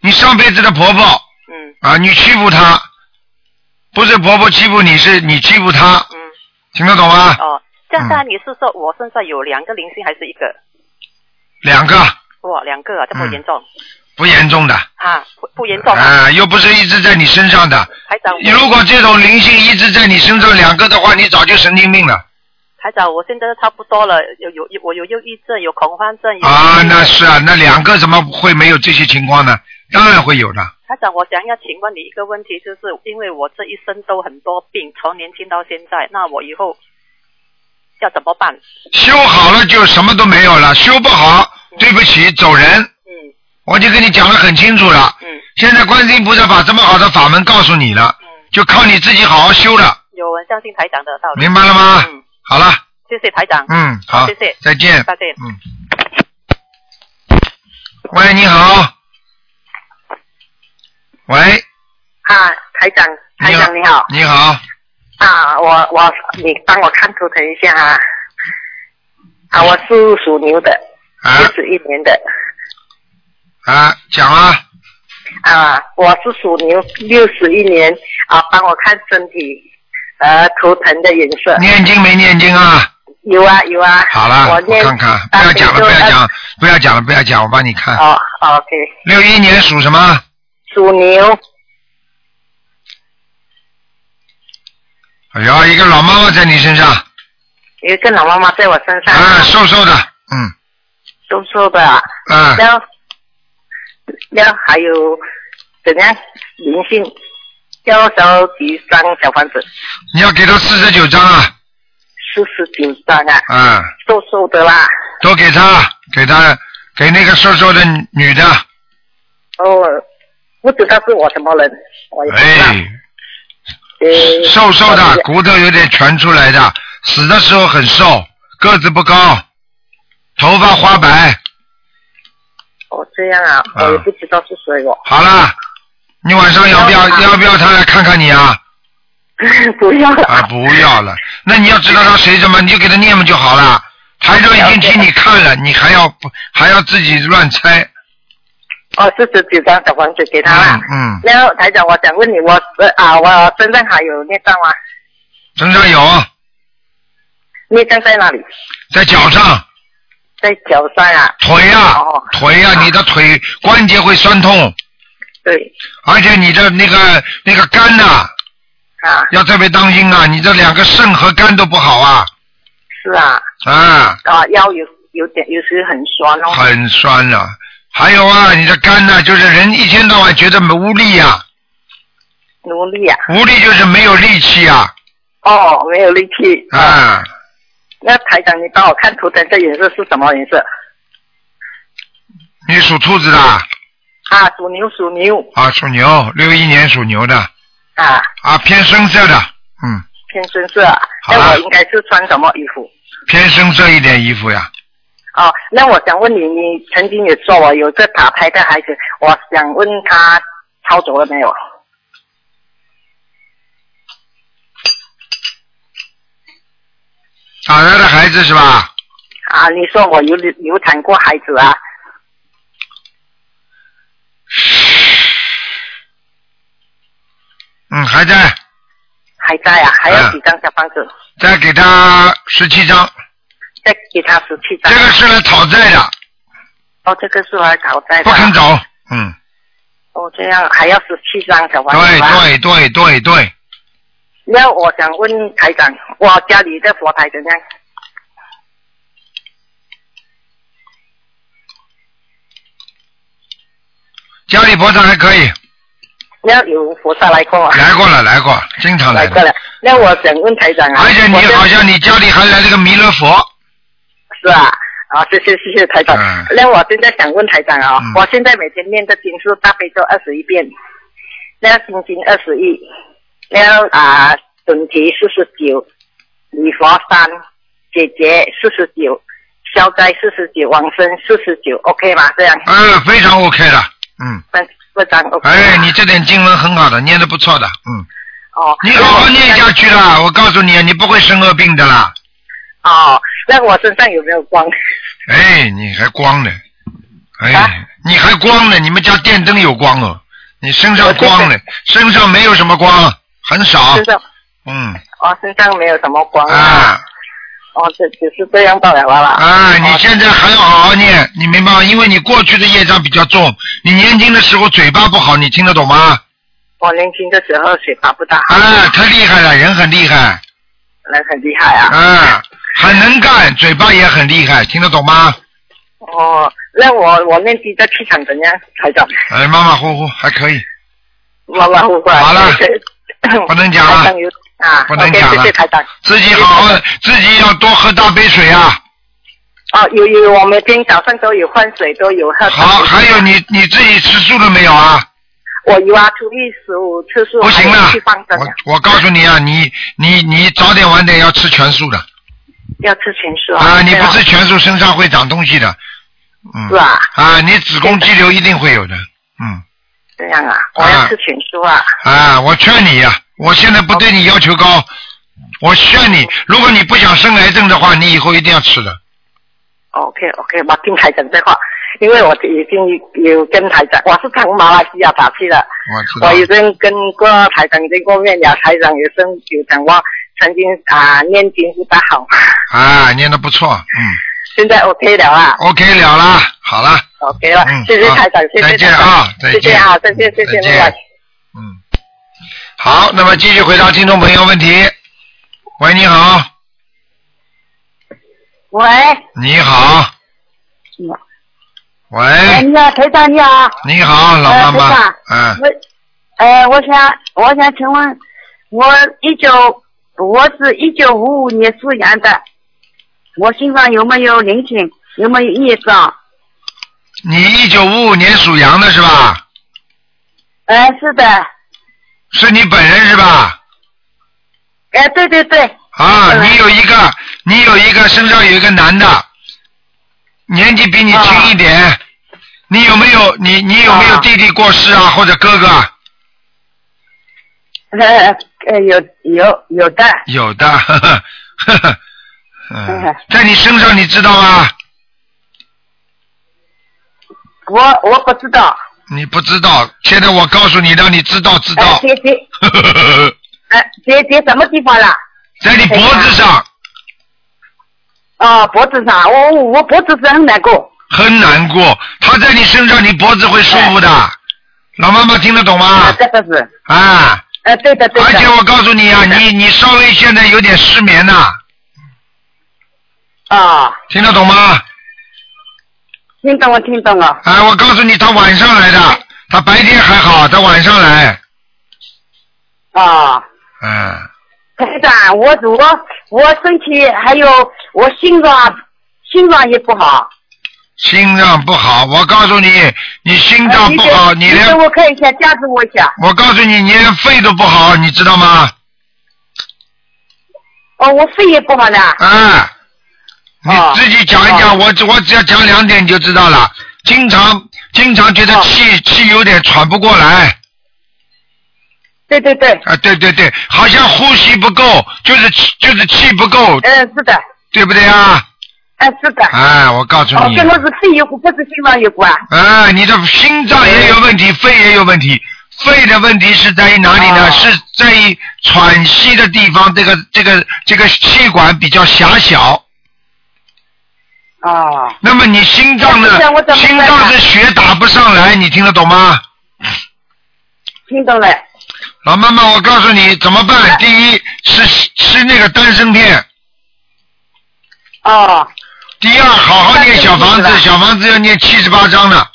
Speaker 1: 你上辈子的婆婆
Speaker 6: 嗯
Speaker 1: 啊，你欺负她，不是婆婆欺负你，是你欺负她，
Speaker 6: 嗯
Speaker 1: 听得懂啊嗯吗？
Speaker 6: 哦，这样然你是说我身上有两个灵性还是一个？
Speaker 1: 两个
Speaker 6: 哇，两个啊，这么
Speaker 1: 嗯
Speaker 6: 严重、
Speaker 1: 不严重的，
Speaker 6: 啊？不不严重啊，
Speaker 1: 啊，又不是一直在你身上的，
Speaker 6: 台长，
Speaker 1: 你如果这种灵性一直在你身上两个的话，你早就神经病了
Speaker 6: 台长，我现在差不多了，有有有我有忧郁症，有恐慌症，有
Speaker 1: 啊！那是啊，那两个怎么会没有这些情况呢？当然会有的。
Speaker 6: 台长，我想要请问你一个问题，就是因为我这一生都很多病，从年轻到现在，那我以后要怎么办？
Speaker 1: 修好了就什么都没有了，修不好，对不起，走人。
Speaker 6: 嗯
Speaker 1: 我就跟你讲的很清楚了。
Speaker 6: 嗯
Speaker 1: 现在观世音菩萨把这么好的法门告诉你了，
Speaker 6: 嗯，
Speaker 1: 就靠你自己好好修了，
Speaker 6: 有人相信台长的道理。
Speaker 1: 明白了吗？
Speaker 6: 嗯，
Speaker 1: 好了，
Speaker 6: 谢谢台长，
Speaker 1: 嗯，好，
Speaker 6: 谢谢
Speaker 1: 再见。
Speaker 6: 再见。
Speaker 1: 嗯。喂，你好。喂，
Speaker 3: 啊，台长，台长你好
Speaker 1: 你好。
Speaker 3: 啊，我我你帮我看图腾一下啊，啊，我是属牛的，
Speaker 1: 啊
Speaker 3: 六十一年的
Speaker 1: 啊，讲啊，
Speaker 3: 啊，我是属牛六十一年啊，帮我看身体和图腾的颜色，
Speaker 1: 念经没念经啊？
Speaker 3: 有啊有啊，
Speaker 1: 好了，
Speaker 3: 我
Speaker 1: 我
Speaker 3: 念
Speaker 1: 看看，不
Speaker 3: 大
Speaker 1: 要
Speaker 3: 悲
Speaker 1: 讲了，
Speaker 3: 咒
Speaker 1: 不要
Speaker 3: 二
Speaker 1: 讲，不要讲了，不要讲，我帮你看。
Speaker 3: 哦，OK，
Speaker 1: 啊六一年属什么？
Speaker 3: 属牛，
Speaker 1: 哎呦，一个老妈妈在你身上，
Speaker 3: 有一个老妈妈在我身上，
Speaker 1: 啊，瘦瘦的，嗯，
Speaker 3: 瘦瘦的啊、
Speaker 1: 啊，
Speaker 3: 然后那还有怎样灵性？要烧几张小房子？
Speaker 1: 你要给他四十九张啊，
Speaker 3: 四十九张啊，
Speaker 1: 嗯，
Speaker 3: 瘦瘦的啦。
Speaker 1: 都给他，给他，给那个瘦瘦的女的，
Speaker 3: 哦，不知道是我什么人，我也不知道。
Speaker 1: 哎，
Speaker 3: 呃
Speaker 1: 瘦瘦
Speaker 3: 我
Speaker 1: 的，
Speaker 3: 也
Speaker 1: 骨头有点蜷出来的，死的时候很瘦，个子不高，头发花白。
Speaker 3: 哦，这样啊，
Speaker 1: 嗯
Speaker 3: 我也不知道是谁哦我。
Speaker 1: 好了，你晚上要不要
Speaker 3: 不要了
Speaker 1: 要不要他来看看你啊？
Speaker 3: 不要了。
Speaker 1: 啊，不要了。那你要知道他谁什么，你就给他念嘛就好了。台长已经替 你看了，你还要不还要自己乱猜？啊
Speaker 3: 哦，四十九张小房子给他啦。
Speaker 1: 嗯嗯，
Speaker 3: 然后台长，我想问你，我呃啊，我身上还有孽障吗？
Speaker 1: 身上有，
Speaker 3: 孽障在哪里？
Speaker 1: 在脚上、
Speaker 3: 在脚上啊。
Speaker 1: 腿呀、
Speaker 3: 哦
Speaker 1: 腿呀、你的腿关节会酸痛，
Speaker 3: 对
Speaker 1: 而且你的那个那个肝呐、
Speaker 3: 啊，
Speaker 1: 要特别当心啊！你这两个肾和肝都不好啊，
Speaker 3: 是啊，
Speaker 1: 啊，
Speaker 3: 啊腰有有点有时很酸哦。
Speaker 1: 很酸了、还有啊，你的肝呐，就是人一天到晚觉得无力呀、
Speaker 3: 努力啊。
Speaker 1: 无力就是没有力气啊呀、
Speaker 3: 哦，没有力气。
Speaker 1: 啊，啊，
Speaker 3: 那台长，你帮我看图腾这颜色是什么颜色？
Speaker 1: 你属兔子的啊
Speaker 3: 啊，属牛，属牛
Speaker 1: 啊，属牛，六一年属牛的
Speaker 3: 啊，
Speaker 1: 啊，偏深色的，嗯，
Speaker 3: 偏深色啊。
Speaker 1: 好
Speaker 3: 那
Speaker 1: 啊
Speaker 3: 我应该是穿什么衣服？
Speaker 1: 偏深色一点衣服呀，
Speaker 3: 哦，那我想问你，你曾经也说我有个打牌的孩子，我想问他抄走了没有？
Speaker 1: 打胎的孩子是吧？
Speaker 3: 啊，你说我有流产过孩子啊？
Speaker 1: 嗯，还在，
Speaker 3: 还在啊？还
Speaker 1: 嗯
Speaker 3: 有几张小房子？
Speaker 1: 再给他十七张，
Speaker 3: 再给他十七张
Speaker 1: 这。个是来讨债的，
Speaker 3: 哦，这个是我来讨债的
Speaker 1: 不
Speaker 3: 啊。
Speaker 1: 肯走，嗯，
Speaker 3: 哦，这样还要十七张小房子
Speaker 1: 对
Speaker 3: 吧？
Speaker 1: 对对对对，
Speaker 3: 那我想问台长，我家里的佛台怎样？
Speaker 1: 家里婆子还可以，
Speaker 3: 那有菩萨来过吗？
Speaker 1: 来过了来过，经常来
Speaker 3: 来过
Speaker 1: 的，
Speaker 3: 了。那我想问台长啊，
Speaker 1: 而且
Speaker 3: 我
Speaker 1: 你
Speaker 3: 这
Speaker 1: 好像你家里还来了个弥勒佛，
Speaker 3: 是啊，啊，谢谢谢谢台长
Speaker 1: 嗯。
Speaker 3: 那、我现在想问台长啊、
Speaker 1: 嗯
Speaker 3: 我现在每天念的经是大悲咒二十一遍，那心经二十一，那啊准提四十九，礼佛三，姐姐四十九，消灾四十九，往生四十九，OK 吗？这样
Speaker 1: 嗯，非常 OK 的，嗯，
Speaker 3: 分分章 OK 吗。
Speaker 1: 哎，你这点经文很好的，念的不错的，嗯。
Speaker 3: 哦，
Speaker 1: 你好好念下去啦！我告诉你，你不会生恶病的啦。
Speaker 3: 哦，那我身上有没有光？
Speaker 1: 哎，你还光呢，哎，
Speaker 3: 啊
Speaker 1: 你还光呢，你们家电灯有光哦，你身上光呢，身上没有什么光，很少
Speaker 3: 身，上
Speaker 1: 嗯
Speaker 3: 哦，身上没有什么光
Speaker 1: 啊
Speaker 3: 哦，这只是这样罢了啦。
Speaker 1: 啊！你
Speaker 3: 哦
Speaker 1: 现在还要好好念，你明白吗？因为你过去的业障比较重，你年轻的时候嘴巴不好，你听得懂吗？
Speaker 3: 我年轻的时候水法不大好，
Speaker 1: 啊，太厉害了，人很厉害，
Speaker 3: 人很厉害啊。
Speaker 1: 啊，很能干，嘴巴也很厉害，听得懂吗？
Speaker 3: 哦，那我我练习的气场怎样？台长，
Speaker 1: 哎，马马虎虎还可以，
Speaker 3: 马马虎虎啊。
Speaker 1: 好了不能讲了
Speaker 3: 台长有啊，
Speaker 1: 不能讲了
Speaker 3: OK，谢谢台长。
Speaker 1: 自己好好，自己要多喝大杯水啊。
Speaker 3: 哦，有有，我每天早上都有换水，都有喝。
Speaker 1: 好，还有你你自己吃素了没有啊？
Speaker 3: 我有啊，初一十五吃素，
Speaker 1: 不行
Speaker 3: 还有
Speaker 1: 了
Speaker 3: 去放生啊，
Speaker 1: 我我告诉你啊，你你你早点晚点要吃全素的
Speaker 3: 要吃全素
Speaker 1: 啊！你
Speaker 3: 哦对
Speaker 1: 不吃全素，身上会长东西的，嗯，
Speaker 3: 是啊，
Speaker 1: 啊，你子宫肌瘤一定会有的，嗯，
Speaker 3: 这样啊，我
Speaker 1: 啊
Speaker 3: 要吃全素啊。
Speaker 1: 啊，我劝你呀、我现在不对你要求高，我劝你，如果你不想生癌症的话，你以后一定要吃的，
Speaker 3: OK OK，我听台长这话，因为我已经有跟台长，我是从马来西亚打去的。
Speaker 1: 我知
Speaker 3: 我
Speaker 1: 道。
Speaker 3: 已经跟过台长见过面了，台长也是有讲过，曾经啊、念经不大好，
Speaker 1: 啊，念的不错，嗯
Speaker 3: 现在 OK 了啊
Speaker 1: ，OK 了啦，好了，
Speaker 3: ，OK 了，
Speaker 1: 嗯
Speaker 3: 谢谢
Speaker 1: 好
Speaker 3: 台长，谢谢
Speaker 1: 再见
Speaker 3: 台长
Speaker 1: 啊再
Speaker 3: 谢谢
Speaker 1: 见
Speaker 3: 啊，再见，谢
Speaker 1: 再
Speaker 3: 谢，
Speaker 1: 见
Speaker 3: 拜拜。
Speaker 1: 嗯，好，那么继续回答听众朋友问题。喂，你好，
Speaker 7: 喂，
Speaker 1: 哎你好，
Speaker 5: 哎
Speaker 1: 喂，
Speaker 2: 哎你好，台长你好。哎
Speaker 1: 你好，老妈妈，嗯，
Speaker 2: 呃我，呃，我想，我想请问，我一九，我是一九五五年属羊的，我身上有没有灵性，有没有业障？
Speaker 1: 你一九五五年属羊的是吧？
Speaker 2: 哎、是的，
Speaker 1: 是你本人是吧？
Speaker 2: 哎、对对对，
Speaker 1: 啊，
Speaker 2: 嗯
Speaker 1: 你有一个，你有一个身上有一个男的，年纪比你轻一点，你有没有你你有没有
Speaker 2: 啊
Speaker 1: 弟弟过世啊，或者哥哥啊？
Speaker 3: 啊
Speaker 2: 呃，
Speaker 3: 哎
Speaker 2: 呃有有有的，
Speaker 1: 有的， 呵呵呵呵，嗯
Speaker 2: 嗯，
Speaker 1: 在你身上你知道吗？
Speaker 2: 我我不知道。
Speaker 1: 你不知道，现在我告诉你，让你知道知
Speaker 2: 哎、
Speaker 1: 道，
Speaker 2: 写 写，
Speaker 1: 呵呵呵呵
Speaker 2: 哎、写写什么地方啦？
Speaker 1: 在你脖子上
Speaker 2: 哦，脖子上，我我我脖子是很难过。
Speaker 1: 很难过，他在你身上，你脖子会舒服的。老妈妈听得懂吗？
Speaker 2: 这个是，
Speaker 1: 啊，
Speaker 2: 呃，对的对的。
Speaker 1: 而且我告诉你啊，
Speaker 2: 对的
Speaker 1: 你你稍微现在有点失眠呐、
Speaker 2: 啊，
Speaker 1: 听得懂吗？
Speaker 2: 听懂了听懂了。
Speaker 1: 哎，我告诉你，他晚上来的，他白天还好，他晚上来，
Speaker 2: 啊，
Speaker 1: 嗯，
Speaker 2: 台长，我我我身体还有我心脏，心脏也不好。
Speaker 1: 心脏不好。我告诉你，你心
Speaker 2: 呃
Speaker 1: 脏不好，
Speaker 2: 你
Speaker 1: 你
Speaker 2: 给你
Speaker 1: 连
Speaker 2: 给我看一下，加持我一下。
Speaker 1: 我告诉你，你连肺都不好，你知道吗？
Speaker 2: 哦，我肺也不好呢。
Speaker 1: 哎，你
Speaker 2: 哦
Speaker 1: 自己讲一讲，我只我只要讲两点你就知道了。经常经常觉得
Speaker 2: 哦
Speaker 1: 气气有点喘不过来。
Speaker 2: 对对对，
Speaker 1: 啊，对对对，好像呼吸不够，就是气就是气不够，
Speaker 2: 嗯、是的，
Speaker 1: 哦对不对啊？
Speaker 2: 嗯、是的。
Speaker 1: 哎，我告诉
Speaker 2: 哦，
Speaker 1: 你
Speaker 2: 跟，我是肺有关，不是心脏有啊关。
Speaker 1: 哎，你的心脏也有问题，肺也有问题。肺的问题是在于哪里呢？
Speaker 2: 哦
Speaker 1: 是在于喘息的地方，这个这个这个气管比较狭小。
Speaker 2: 哦，
Speaker 1: 啊那么你心脏呢
Speaker 2: 我知道我？怎么
Speaker 1: 心
Speaker 2: 办
Speaker 1: 脏
Speaker 2: 啊
Speaker 1: 是血打不上来，你听得懂吗？
Speaker 2: 听懂了。
Speaker 1: 老妈妈，我告诉你怎么办。第一吃吃那个丹参片，
Speaker 2: 哦，
Speaker 1: 第二好好念小房
Speaker 2: 丹参片
Speaker 1: 子，
Speaker 2: 是吧
Speaker 1: 小房子要念七十八章呢。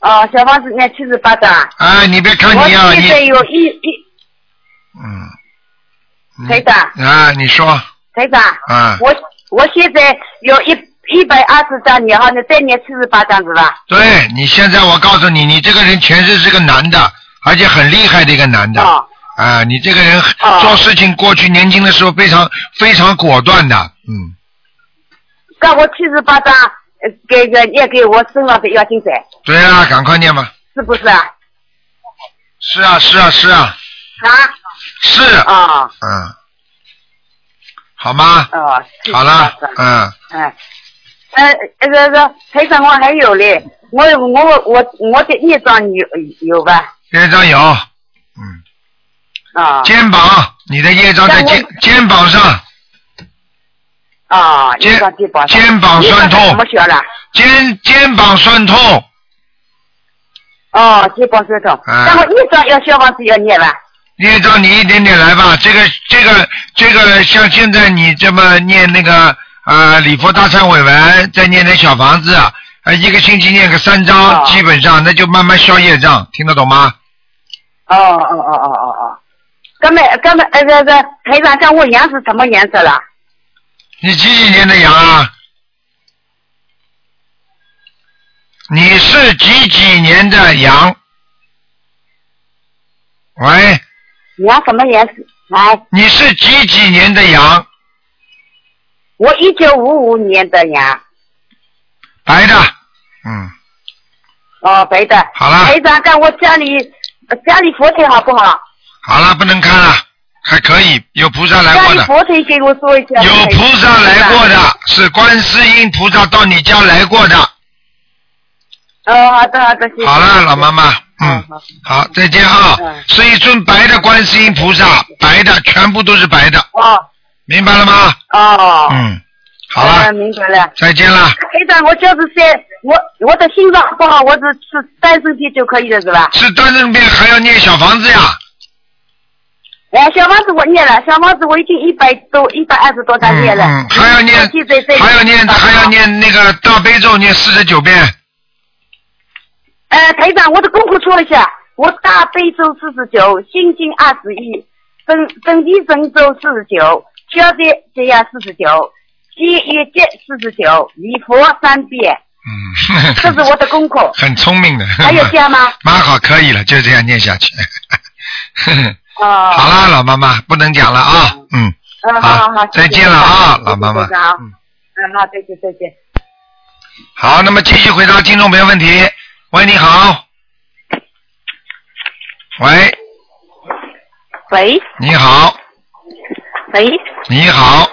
Speaker 2: 哦，小房子念七十八章。
Speaker 1: 哎，你别看
Speaker 2: 我
Speaker 1: 你呀、
Speaker 2: 现在
Speaker 1: 你
Speaker 2: 有一一
Speaker 1: 嗯，你
Speaker 2: 台长
Speaker 1: 啊，你说
Speaker 2: 台长，
Speaker 1: 啊，
Speaker 2: 我我现在有一一百二十张，然后呢再念七十八张是吧？
Speaker 1: 对你现在我告诉你，你这个人前世是个男的，而且很厉害的一个男的。
Speaker 2: 哦。
Speaker 1: 啊，你这个人
Speaker 2: 哦
Speaker 1: 做事情过去年轻的时候非常非常果断的，嗯，
Speaker 2: 那我七十八张，呃给个也给我身上的要精神，
Speaker 1: 对啊，赶快念吧。
Speaker 2: 是不是啊？
Speaker 1: 是啊，是啊，是啊，是，
Speaker 2: 啊啊
Speaker 1: 嗯，好吗？
Speaker 2: 哦，78
Speaker 1: 好了，嗯，
Speaker 2: 嗯，呃，那个个台长，我还有嘞，我我我我的业障有有吧？
Speaker 1: 业障有，嗯，
Speaker 2: 啊
Speaker 1: 肩膀，你的业障在
Speaker 2: 但我
Speaker 1: 肩肩膀上，
Speaker 2: 啊，
Speaker 1: 肩
Speaker 2: 业障肩膀上
Speaker 1: 肩膀酸痛
Speaker 2: 业障怎么学了？
Speaker 1: 肩肩膀酸痛，
Speaker 2: 哦，肩膀酸痛，
Speaker 1: 嗯
Speaker 2: 那么业障要消防子要念吧？
Speaker 1: 业障你一点点来吧。这个这个这个，像现在你这么念那个呃礼佛大忏悔文，再念点小房子，呃一个星期念个三章，
Speaker 2: 哦
Speaker 1: 基本上那就慢慢消业障，听得懂吗？
Speaker 2: 哦哦哦哦哦哦，那么那么呃个个台长，看我羊是什么颜色了？
Speaker 1: 你几几年的羊啊？你是几几年的羊？喂，
Speaker 2: 羊什么颜色？哎，
Speaker 1: 你是几几年的羊？
Speaker 2: 我一九五五年的羊。
Speaker 1: 白的，嗯，
Speaker 2: 哦，白的。
Speaker 1: 好了
Speaker 2: 台长，看我家里呃家里佛台好不好？
Speaker 1: 好了，不能看了，还可以，有菩萨来
Speaker 2: 家
Speaker 1: 过
Speaker 2: 里
Speaker 1: 的，
Speaker 2: 佛台给我说一下。
Speaker 1: 有菩萨来过。的，是观世音菩萨到你家来过的。
Speaker 2: 哦，好的好的，谢谢。
Speaker 1: 好了，老妈妈，嗯
Speaker 2: 好好，
Speaker 1: 好，再见啊
Speaker 2: 嗯！
Speaker 1: 是一尊白的观世音菩萨，白的，全部都是白的，
Speaker 2: 哦
Speaker 1: 明白了吗？
Speaker 2: 哦。
Speaker 1: 嗯，好
Speaker 2: 呃
Speaker 1: 了，
Speaker 2: 明白了。
Speaker 1: 再见了。
Speaker 2: 台长，我就是在我我的心脏不好，我只吃丹参片就可以了，是吧？
Speaker 1: 吃丹参片还要念小房子呀？
Speaker 7: 哎，小房子我念了，小房子我已经一百多、一百二十多张念了。
Speaker 1: 嗯嗯还要念
Speaker 7: 我记在这里
Speaker 1: 还要念还要。念那个大悲咒念四十九遍，
Speaker 7: 呃，台长，我的功课说一下，我大悲咒四十九，心经二十一，整整体神咒四十九，消灾解压四十九，解业戒四十九，礼佛三遍，
Speaker 1: 嗯，。
Speaker 7: 这是我的功课
Speaker 1: 很聪明的，
Speaker 7: 还有 这样吗？
Speaker 1: 蛮好，可以了，就这样念下去。
Speaker 7: 哦，
Speaker 1: 好啦，老妈妈，不能讲了啊，嗯，
Speaker 7: 嗯，好好好，
Speaker 1: 再
Speaker 7: 谢谢
Speaker 1: 见了啊，老妈
Speaker 7: 台长谢谢台
Speaker 1: 妈
Speaker 7: 长，
Speaker 1: 嗯
Speaker 7: 嗯，好，再见再见。
Speaker 1: 好，那么继续回答听众朋友问题。喂，你好。喂，
Speaker 8: 喂
Speaker 1: 你好，
Speaker 8: 喂
Speaker 1: 你好，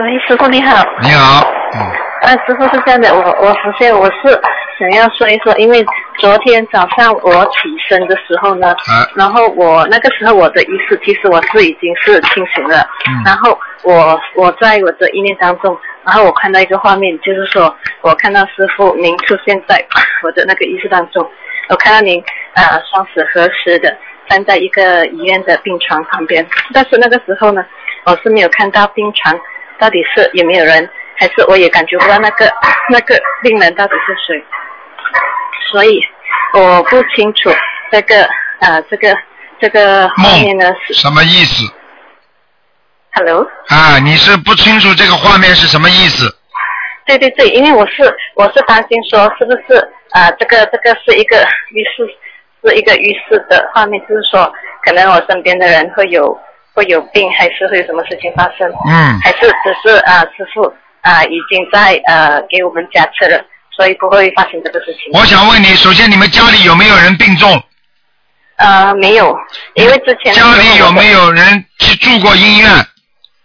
Speaker 8: 喂，师傅你好，
Speaker 1: 你好，嗯，
Speaker 8: 呃，师傅是这样的，我我首先我是想要说一说，因为昨天早上我起身的时候呢，
Speaker 1: 啊，
Speaker 8: 然后我那个时候我的意识其实我是已经是清醒了，然
Speaker 1: 嗯，
Speaker 8: 后我我在我的意念当中，然后我看到一个画面，就是说我看到师傅您出现在 我的那个意识当中，我看到您呃双手合十的站在一个医院的病床旁边，但是那个时候呢，我是没有看到病床到底是有没有人，还是我也感觉不到那个那个病人到底是谁，所以我不清楚这个呃这个这个画面呢是
Speaker 1: 什么意思
Speaker 8: Hello。
Speaker 1: 啊？你是不清楚这个画面是什么意思？
Speaker 8: 对对对，因为我是我是担心说是不是啊、这个这个是一个浴室是一个浴室的画面，就是说可能我身边的人会有会有病，还是会有什么事情发生，
Speaker 1: 嗯，
Speaker 8: 还是只是啊、师傅啊、已经在呃给我们加持了，所以不会发生这个事情。
Speaker 1: 我想问你，首先你们家里有没有人病重？
Speaker 8: 呃没有，因为之前
Speaker 1: 家里有没有人去住过医院？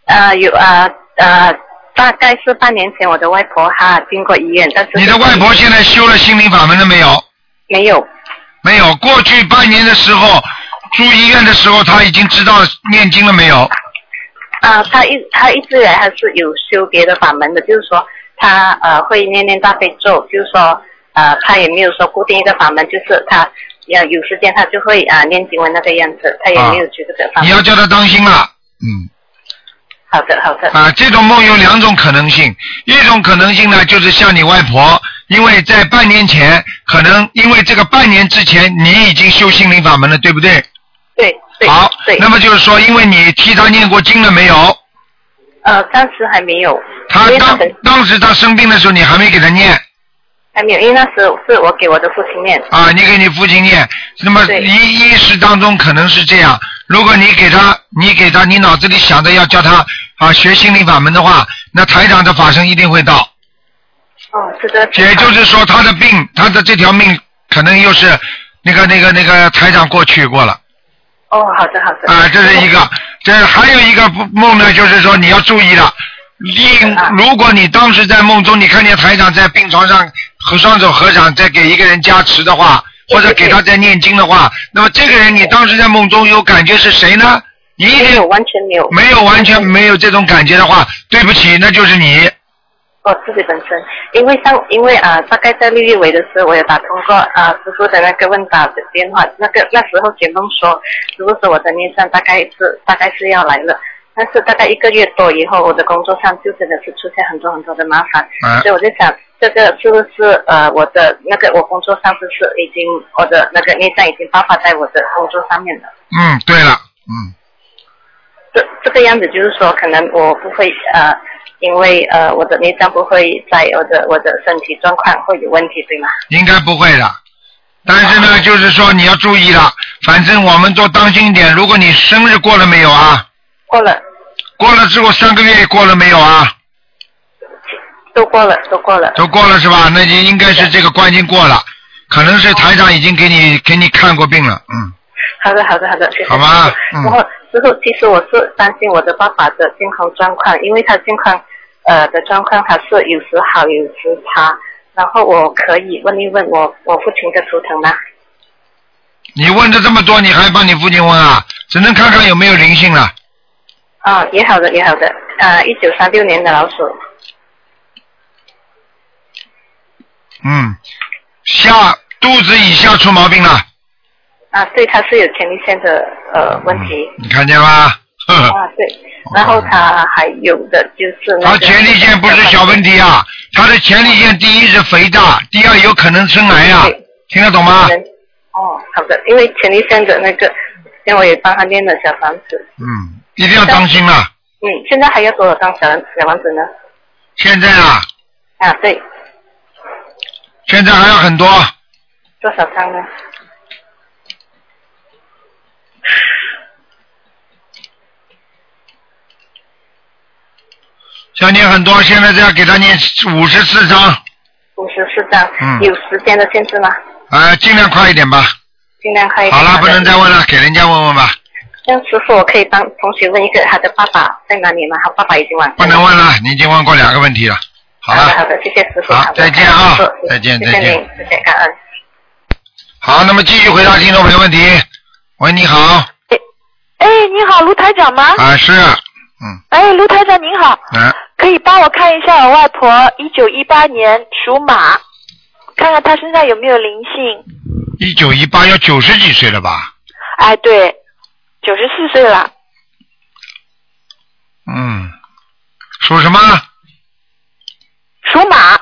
Speaker 8: 呃有啊呃大概是半年前我的外婆她进过医院，但是
Speaker 1: 你的外婆现在修了心灵法门了没有？
Speaker 8: 没有
Speaker 1: 没有，过去半年的时候住医院的时候，她已经知道念经了没有？
Speaker 8: 啊，他一他一直以来还是有修别的法门的，就是说他呃会念念大悲咒，就是说呃他也没有说固定一个法门，就是他要有时间他就会啊、呃念经文那个样子，他也没有觉得这个法
Speaker 1: 啊你
Speaker 8: 门。
Speaker 1: 要叫她当心了。嗯，
Speaker 8: 好的好的，
Speaker 1: 啊，这种梦有两种可能性，一种可能性呢，就是像你外婆，因为在半年前，可能因为这个半年之前你已经修心灵法门了，对不对？
Speaker 8: 对对
Speaker 1: 好，
Speaker 8: 对
Speaker 1: 那，么就是说，因为你替她念过经了没有？
Speaker 8: 呃当时还没有，
Speaker 1: 她
Speaker 8: 因为
Speaker 1: 当
Speaker 8: 当时
Speaker 1: 当时她生病的时候，你还没给她念。
Speaker 8: 还没有，因为那时候是我给我的父亲念，
Speaker 1: 啊，你给你父亲念，那么
Speaker 8: 对
Speaker 1: 一意识当中可能是这样。如果你给他，你给他，你脑子里想着要教他啊学心灵法门的话，那台长的法身一定会到。
Speaker 8: 哦是的，
Speaker 1: 也就是说，他的病，他的这条命可能又是那个那个那个台长过去过了
Speaker 8: 哦好的好的
Speaker 1: 啊，这是一个。这还有一个不梦呢，就是说你要注意了。一，如果你当时在梦中，你看见台长在病床上和双手合掌，在给一个人加持的话，或者给他在念经的话，那么这个人你当时在梦中有感觉是谁呢？你一
Speaker 8: 没
Speaker 1: 定
Speaker 8: 有完全没有，
Speaker 1: 没有完全没有这种感觉的话，对不起，那就是你。
Speaker 8: 我哦自己本身，因为上因为啊、呃大概在六月尾的时候，我也打通过啊、呃师傅的那个问答的电话，那个那时候解梦说，师傅说我的孽障大概是大概是要来了，但是大概一个月多以后，我的工作上就真的是出现很多很多的麻烦，
Speaker 1: 啊
Speaker 8: 所以我就想，这个是不是呃我的那个我工作上是不是已经我的那个孽障已经爆发在我的工作上面了？
Speaker 1: 嗯，对了，嗯。
Speaker 8: 这这个样子就是说，可能我不会呃，因为呃我的内脏不会在我的我的身体状况会有问题，对吗？
Speaker 1: 应该不会的。但是呢，就是说你要注意了，反正我们都当心一点。如果你生日过了没有啊？
Speaker 8: 过了，
Speaker 1: 过了之后三个月过了没有啊？
Speaker 8: 都过了，都过了。
Speaker 1: 都过了是吧？那就应该是这个关已经过了，可能是台长已经给你给你看过病了，嗯，
Speaker 8: 好的，好的，好的，谢谢。
Speaker 1: 好吧嗯
Speaker 8: 然后之后，其实我是担心我的爸爸的健康状况，因为他健康呃的状况还是有时好有时差。然后我可以问一问我我父亲的图腾吗？
Speaker 1: 你问的这么多，你还帮你父亲问啊？只能看看有没有灵性了。
Speaker 8: 啊、也好的，也好的。啊、1一九三六年的老鼠。
Speaker 1: 嗯，下肚子以下出毛病了，
Speaker 8: 啊，对，他是有前列腺的呃问题。
Speaker 1: 你看见吗？ 呵呵
Speaker 8: 啊，对，然后他还有的就是那
Speaker 1: 他
Speaker 8: 个
Speaker 1: 前列腺不是小问题啊，他的前列腺第一是肥大，第二有可能生癌啊
Speaker 8: 对，
Speaker 1: 听得懂吗？
Speaker 8: 人哦，好的，因为前列腺的那个，因为我也帮他念了小房子，
Speaker 1: 嗯，一定要当心了。
Speaker 8: 嗯，现在还要多少张小小房子呢？
Speaker 1: 现在啊，
Speaker 8: 啊，对，
Speaker 1: 现在还有很多，
Speaker 8: 多少张呢？
Speaker 1: 要念很多，现在就要给他念五十四章，
Speaker 8: 五十四张，
Speaker 1: 嗯
Speaker 8: 有时间的限制吗？
Speaker 1: 呃，尽量快一点吧。
Speaker 8: 尽量 开。
Speaker 1: 好了，不能再问了，给人家问问吧，
Speaker 8: 嗯那师傅，我可以帮同学问一个，他的爸爸在哪里吗？他爸爸已经完。
Speaker 1: 不能问了，你已经问过两个问题了。
Speaker 8: 嗯
Speaker 1: 好
Speaker 8: 好的，好
Speaker 1: 了，
Speaker 8: 的，谢谢师傅。
Speaker 1: 好
Speaker 8: 的
Speaker 1: 再见啊
Speaker 8: 感恩师父
Speaker 1: 再见
Speaker 8: 谢
Speaker 1: 再
Speaker 8: 嗯谢
Speaker 1: 见
Speaker 8: 您，谢谢，感恩。
Speaker 1: 好，那么继续回答听众朋友问题。喂，你好，
Speaker 9: 哎，你好，卢台长
Speaker 8: 嗯
Speaker 9: 吗？
Speaker 1: 啊是，
Speaker 9: 哎，卢台长您好，
Speaker 1: 嗯、
Speaker 9: 可以帮我看一下我外婆，一九一八年属马，看看她身上有没有灵性。
Speaker 1: 一九一八要九十几岁了吧？
Speaker 9: 哎，对，九十四岁了，
Speaker 1: 嗯，属什么？
Speaker 9: 属马。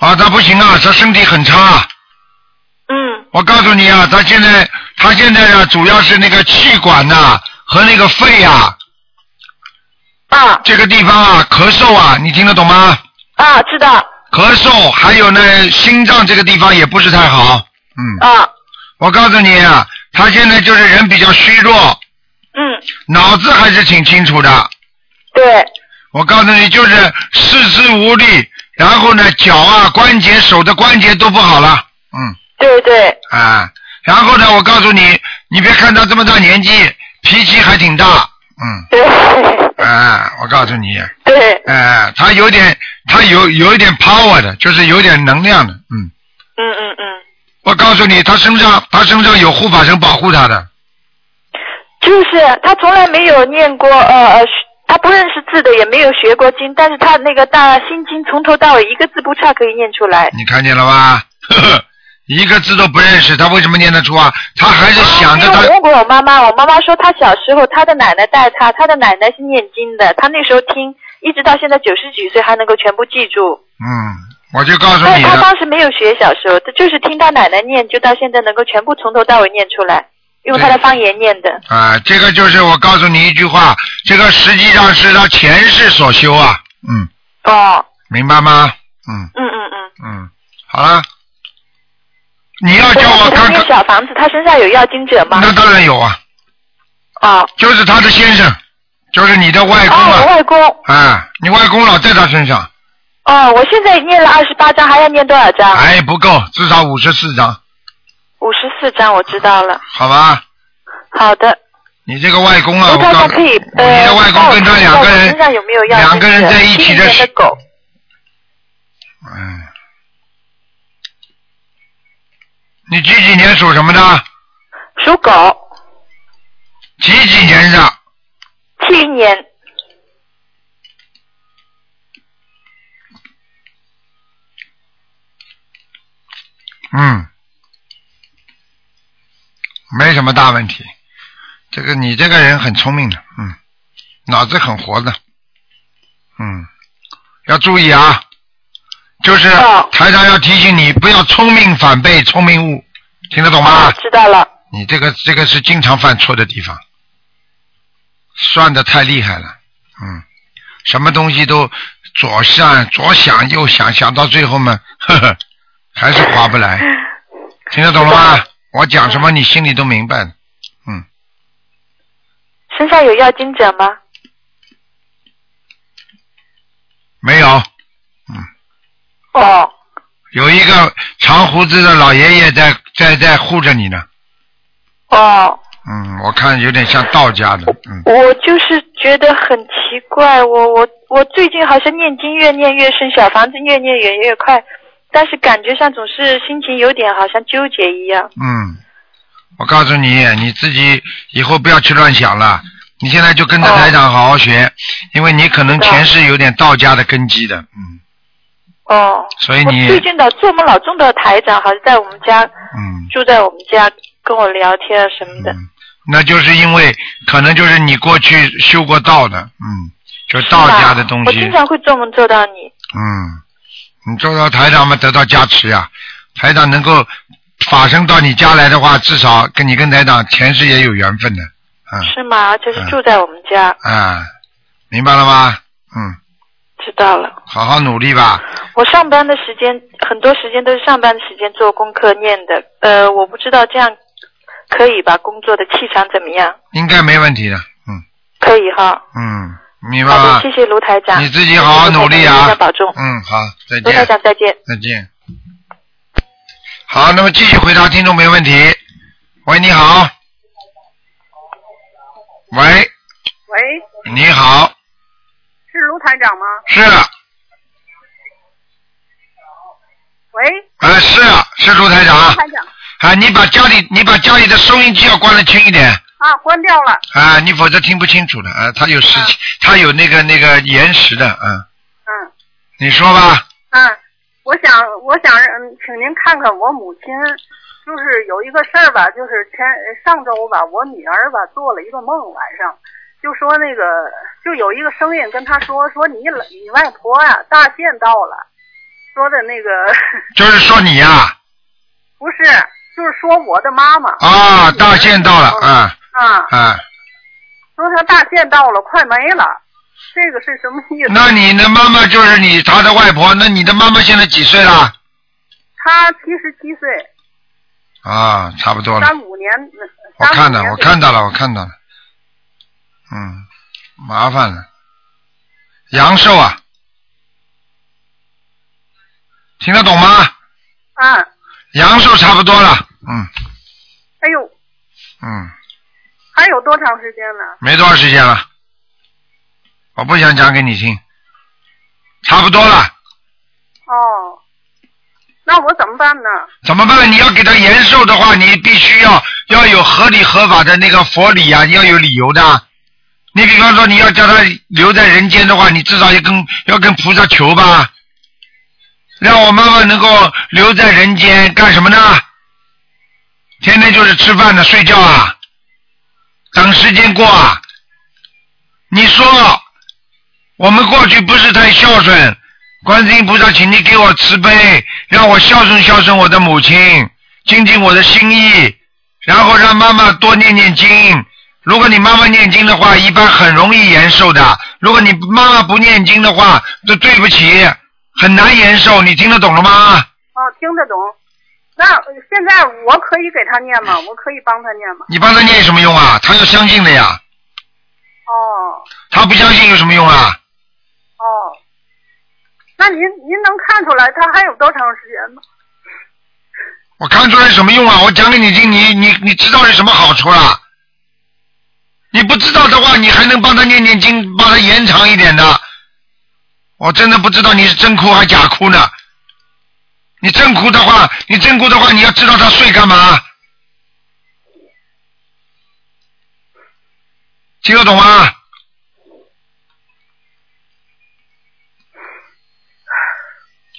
Speaker 1: 啊，他不行啊，他身体很差。
Speaker 9: 嗯，
Speaker 1: 我告诉你啊，他现在他现在啊，主要是那个气管呐、和那个肺啊
Speaker 9: 啊
Speaker 1: 这个地方啊咳嗽啊，你听得懂吗？
Speaker 9: 啊，知道
Speaker 1: 咳嗽，还有呢心脏这个地方也不是太好。嗯，
Speaker 9: 啊，
Speaker 1: 我告诉你啊，他现在就是人比较虚弱，
Speaker 9: 嗯，
Speaker 1: 脑子还是挺清楚的。
Speaker 9: 对，
Speaker 1: 我告诉你，就是四肢无力，然后呢脚啊关节、手的关节都不好了。嗯。
Speaker 9: 对对，
Speaker 1: 啊，然后呢，我告诉你，你别看他这么大年纪，脾气还挺大，嗯，
Speaker 9: 对
Speaker 1: 啊，我告诉你，
Speaker 9: 对，
Speaker 1: 啊，他有点，他有有一点 power 的，就是有点能量的，嗯，
Speaker 9: 嗯嗯嗯，
Speaker 1: 我告诉你，他身上他身上有护法神保护他的，
Speaker 9: 就是她从来没有念过呃呃。她不认识字的，也没有学过经，但是她那个大心经从头到尾一个字不差可以念出来。
Speaker 1: 你看见了吧？ 呵呵，一个字都不认识，他为什么念得出啊？他还是想着
Speaker 9: 啊因为我，
Speaker 1: 他
Speaker 9: 问过我妈妈，我妈妈说她小时候她的奶奶带她，她的奶奶是念经的，她那时候听，一直到现在九十几岁还能够全部记住。
Speaker 1: 嗯，我就告诉
Speaker 9: 但
Speaker 1: 你
Speaker 9: 是她
Speaker 1: 了，
Speaker 9: 当时没有学，小时候她就是听她奶奶念，就到现在能够全部从头到尾念出来，用她的方言念的。
Speaker 1: 啊，这个就是我告诉你一句话，这个实际上是他前世所修啊，嗯，
Speaker 9: 哦，
Speaker 1: 明白吗？嗯。
Speaker 9: 嗯嗯嗯。
Speaker 1: 嗯，好了，你要叫
Speaker 9: 她
Speaker 1: 我看
Speaker 9: 那
Speaker 1: 看
Speaker 9: 个，小房子，她身上有要经者吗？
Speaker 1: 那当然有啊，
Speaker 9: 哦，
Speaker 1: 就是他的先生，就是你的外公
Speaker 9: 哦，我
Speaker 1: 啊，
Speaker 9: 外公，
Speaker 1: 啊，你外公老在他身上，
Speaker 9: 哦，我现在念了二十八章，还要念多少章？
Speaker 1: 哎，不够，至少五十四张，
Speaker 9: 五十四章，我知道了。
Speaker 1: 好吧？
Speaker 9: 好的。
Speaker 1: 你这个外公啊，
Speaker 9: 卢
Speaker 1: 我
Speaker 9: 台
Speaker 1: 告
Speaker 9: 长
Speaker 1: 诉
Speaker 9: 可以
Speaker 1: 你，
Speaker 9: 呃，
Speaker 1: 你的外公跟他两个
Speaker 9: 我身上
Speaker 1: 人，
Speaker 9: 有没有要
Speaker 1: 两个人
Speaker 9: 精神
Speaker 1: 在一
Speaker 9: 七
Speaker 1: 起的
Speaker 9: 零年
Speaker 1: 时
Speaker 9: 的狗？
Speaker 1: 嗯，你几几年属什么的？
Speaker 9: 属狗，
Speaker 1: 几几年的？
Speaker 9: 七零年，
Speaker 1: 嗯，没什么大问题。这个你这个人很聪明的，嗯，脑子很活的，嗯，要注意啊。就是
Speaker 9: 哦
Speaker 1: 台长要提醒你，不要聪明反被聪明误，听得懂吗
Speaker 9: 啊，？知道了，
Speaker 1: 你这个这个是经常犯错的地方，算的太厉害了，嗯，什么东西都左想左想右想，想到最后嘛，呵呵，还是划 不来，听得懂了吗？我讲什么你心里都明白的，
Speaker 9: 身上有要经者吗？
Speaker 1: 没有？
Speaker 9: 哦，
Speaker 1: 有一个长胡子的老爷爷在在在护着你呢，
Speaker 9: 哦，
Speaker 1: 嗯，我看有点像道家的，嗯，
Speaker 9: 我就是觉得很奇怪，我我我最近好像念经越念越深，小房子越念越越快，但是感觉上总是心情有点好像纠结一样。
Speaker 1: 嗯，我告诉你，你自己以后不要去乱想了。你现在就跟着
Speaker 9: 哦
Speaker 1: 台长好好学，因为你可能前世有点道家的根基的，嗯，
Speaker 9: 哦，
Speaker 1: 所以
Speaker 9: 我最
Speaker 1: 你
Speaker 9: 近老做梦老中到台长，好像在我们家
Speaker 1: 嗯，
Speaker 9: 住在我们家跟我聊天啊什么的。
Speaker 1: 那就是因为可能就是你过去修过道的，嗯，就是道家的东
Speaker 9: 我
Speaker 1: 西
Speaker 9: 经，常会做梦做到你。
Speaker 1: 嗯，你做到台长嘛得到加持呀、台长能够法身到你家来的话，至少跟你跟台长前世也有缘分的，啊、
Speaker 9: 是吗？而且是
Speaker 1: 嗯
Speaker 9: 住在我们家，
Speaker 1: 啊、明白了吗？嗯，
Speaker 9: 知道了。
Speaker 1: 好好努力吧，
Speaker 9: 我上班的时间，很多时间都是上班的时间做功课念的。呃，我不知道这样可以吧？工作的气场怎么样？
Speaker 1: 应该没问题的，嗯
Speaker 9: 可以哈。
Speaker 1: 嗯，明白
Speaker 9: 好的，
Speaker 1: 吗
Speaker 9: 谢？啊谢卢台长。
Speaker 1: 你自己好好努力啊
Speaker 9: 卢台长保重。
Speaker 1: 嗯，好，再
Speaker 9: 卢台
Speaker 1: 见，
Speaker 9: 长再见。
Speaker 1: 再见。好，那么继续回答听众没问题。喂，你好。喂，
Speaker 10: 喂，
Speaker 1: 你好，
Speaker 10: 是卢台长吗？
Speaker 1: 是，
Speaker 10: 喂，
Speaker 1: 呃，是是卢台长
Speaker 10: 卢台长
Speaker 1: 啊，你把家里你把家里的收音机要关的轻一点
Speaker 10: 啊，关掉了。
Speaker 1: 啊，你否则听不清楚的啊，它有时它有那个那个延时的啊，
Speaker 10: 嗯
Speaker 1: 你说吧，
Speaker 10: 嗯，我想我想嗯请您看看我母亲，就是有一个事儿吧，就是前上周吧，我女儿吧做了一个梦，晚上就说那个就有一个声音跟她说说你老你外婆啊大限到了，说的那个
Speaker 1: 就是说你呀
Speaker 10: 不是就是说我的妈妈
Speaker 1: 啊大限到了啊
Speaker 10: 啊，
Speaker 1: 啊，
Speaker 10: 说她大限到了，快没了，这个是什么意思？
Speaker 1: 那你的妈妈就是你她的外婆，那你的妈妈现在几岁了？
Speaker 10: 她七十七岁。
Speaker 1: 啊，差不多了，
Speaker 10: 三五年，
Speaker 1: 我看了，我看到
Speaker 10: 了。
Speaker 1: 了，我看到了，嗯，麻烦了，阳寿啊，听得懂吗？
Speaker 10: 啊，
Speaker 1: 阳寿差不多了，嗯
Speaker 10: 哎呦，
Speaker 1: 嗯，
Speaker 10: 还有多长时间呢？
Speaker 1: 没多少时间了，我不想讲给你听，差不多了，
Speaker 10: 哦，那我怎么办呢？
Speaker 1: 怎么办？你要给他延寿的话，你必须要要有合理合法的那个佛理啊，你要有理由的。你比方说你要叫他留在人间的话，你至少要跟要跟菩萨求吧，让我妈妈能够留在人间干什么呢？天天就是吃饭呢，睡觉啊，等时间过啊。你说我们过去不是太孝顺，观世音菩萨，请你给我慈悲，让我孝顺孝顺我的母亲，尽尽我的心意，然后让妈妈多念念经。如果你妈妈念经的话，一般很容易延寿的；如果你妈妈不念经的话，这对不起，很难延寿。你听得懂了吗？
Speaker 10: 哦，听得懂。那现在我可以给他念吗？我可以帮他念吗？
Speaker 1: 你帮他念有什么用啊？他要相信的呀，
Speaker 10: 哦
Speaker 1: 他不相信有什么用啊？
Speaker 10: 哦，那您您能看出来他还有多长时间吗？
Speaker 1: 我看出来什么用啊？我讲给你听，你你你知道有什么好处啦？你不知道的话，你还能帮他念念经，帮他延长一点的。我真的不知道你是真哭还假哭呢。你真哭的话，你真哭的话，你要知道他睡干嘛？听得懂吗？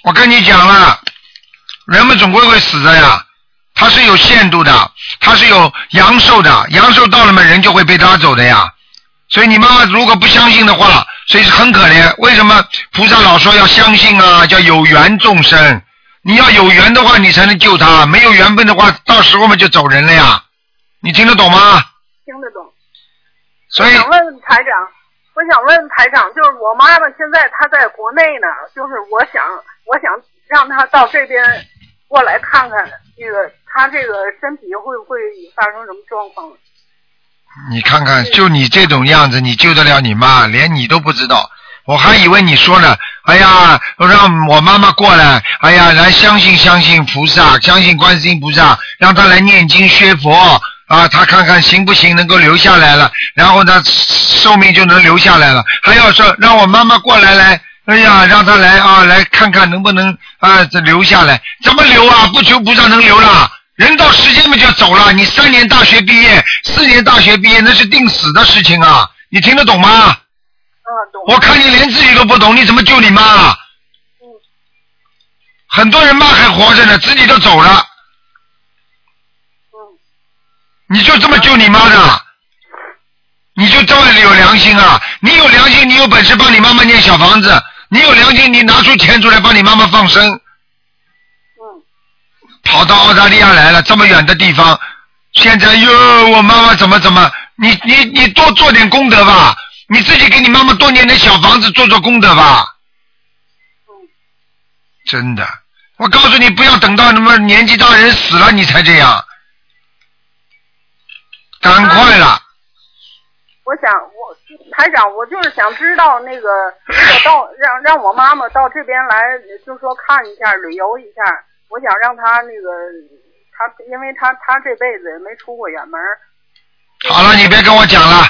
Speaker 1: 我跟你讲了，人们总归会死的呀，它是有限度的，它是有阳寿的，阳寿到了嘛，人就会被拉走的呀。所以你妈妈如果不相信的话，所以很可怜。为什么菩萨老说要相信啊？叫有缘众生，你要有缘的话，你才能救他；没有缘分的话，到时候嘛就走人了呀。你听得懂吗？
Speaker 10: 听得懂。
Speaker 1: 所以
Speaker 10: 我想问问台长，我想问台长，就是我妈妈现在她在国内呢，就是我想我想让她到这边过来看看，那个她这个身体会不会发生什么状况？
Speaker 1: 你看看，就你这种样子，你救得了你妈？连你都不知道，我还以为你说呢。哎呀，让我妈妈过来，哎呀，来相信相信菩萨，相信观世音菩萨，让她来念经学佛啊，她看看行不行，能够留下来了，然后呢，寿命就能留下来了。还要说让我妈妈过来来，哎呀，让她来啊，来看看能不能啊这留下来？怎么留啊？不求菩萨能留啦？人到时间嘛就要走了，你三年大学毕业，四年大学毕业，那是定死的事情啊！你听得懂吗？
Speaker 10: 嗯，懂。
Speaker 1: 我看你连自己都不懂，你怎么救你妈？很多人妈还活着呢，子女都走了。你就这么救你妈的？你就这么有良心啊？你有良心，你有本事帮你妈妈念小房子，你有良心，你拿出钱出来帮你妈妈放生。跑到澳大利亚来了，这么远的地方，现在哟，我妈妈怎么怎么？你你你多做点功德吧，你自己给你妈妈多念点小房子，做做功德吧。真的，我告诉你，不要等到什么年纪大人死了你才这样，赶快了。
Speaker 10: 我想，我台长，我就是想知道那个，我到让让我妈妈到这边来，就说看一下、旅游一下。我想让她那个，她因为她她这辈子也没出过远门儿，
Speaker 1: 好了，你别跟我讲了，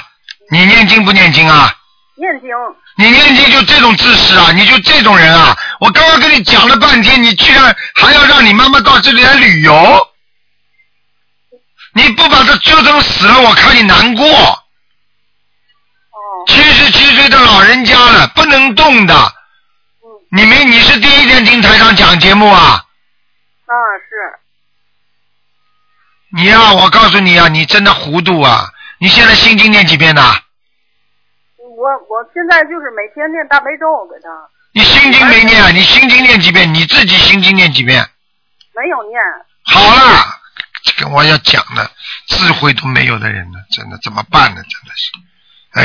Speaker 1: 你念经不念经啊？
Speaker 10: 念经
Speaker 1: 你念经就这种自私啊，你就这种人啊！我刚刚跟你讲了半天，你居然还要让你妈妈到这里来旅游，你不把她折腾死了，我看你难过。七十七岁的老人家了，不能动的。你没，你是第一天听台上讲节目啊？
Speaker 10: 啊是
Speaker 1: 你呀、我告诉你呀、你真的糊涂啊！你现在心经念几遍呢？
Speaker 10: 我我现在就是每天念大悲咒给她，
Speaker 1: 你心经没念啊？你心经念几遍？你自己心经念几遍？
Speaker 10: 没有念。
Speaker 1: 好了，这个我要讲的，智慧都没有的人呢，真的怎么办呢？真的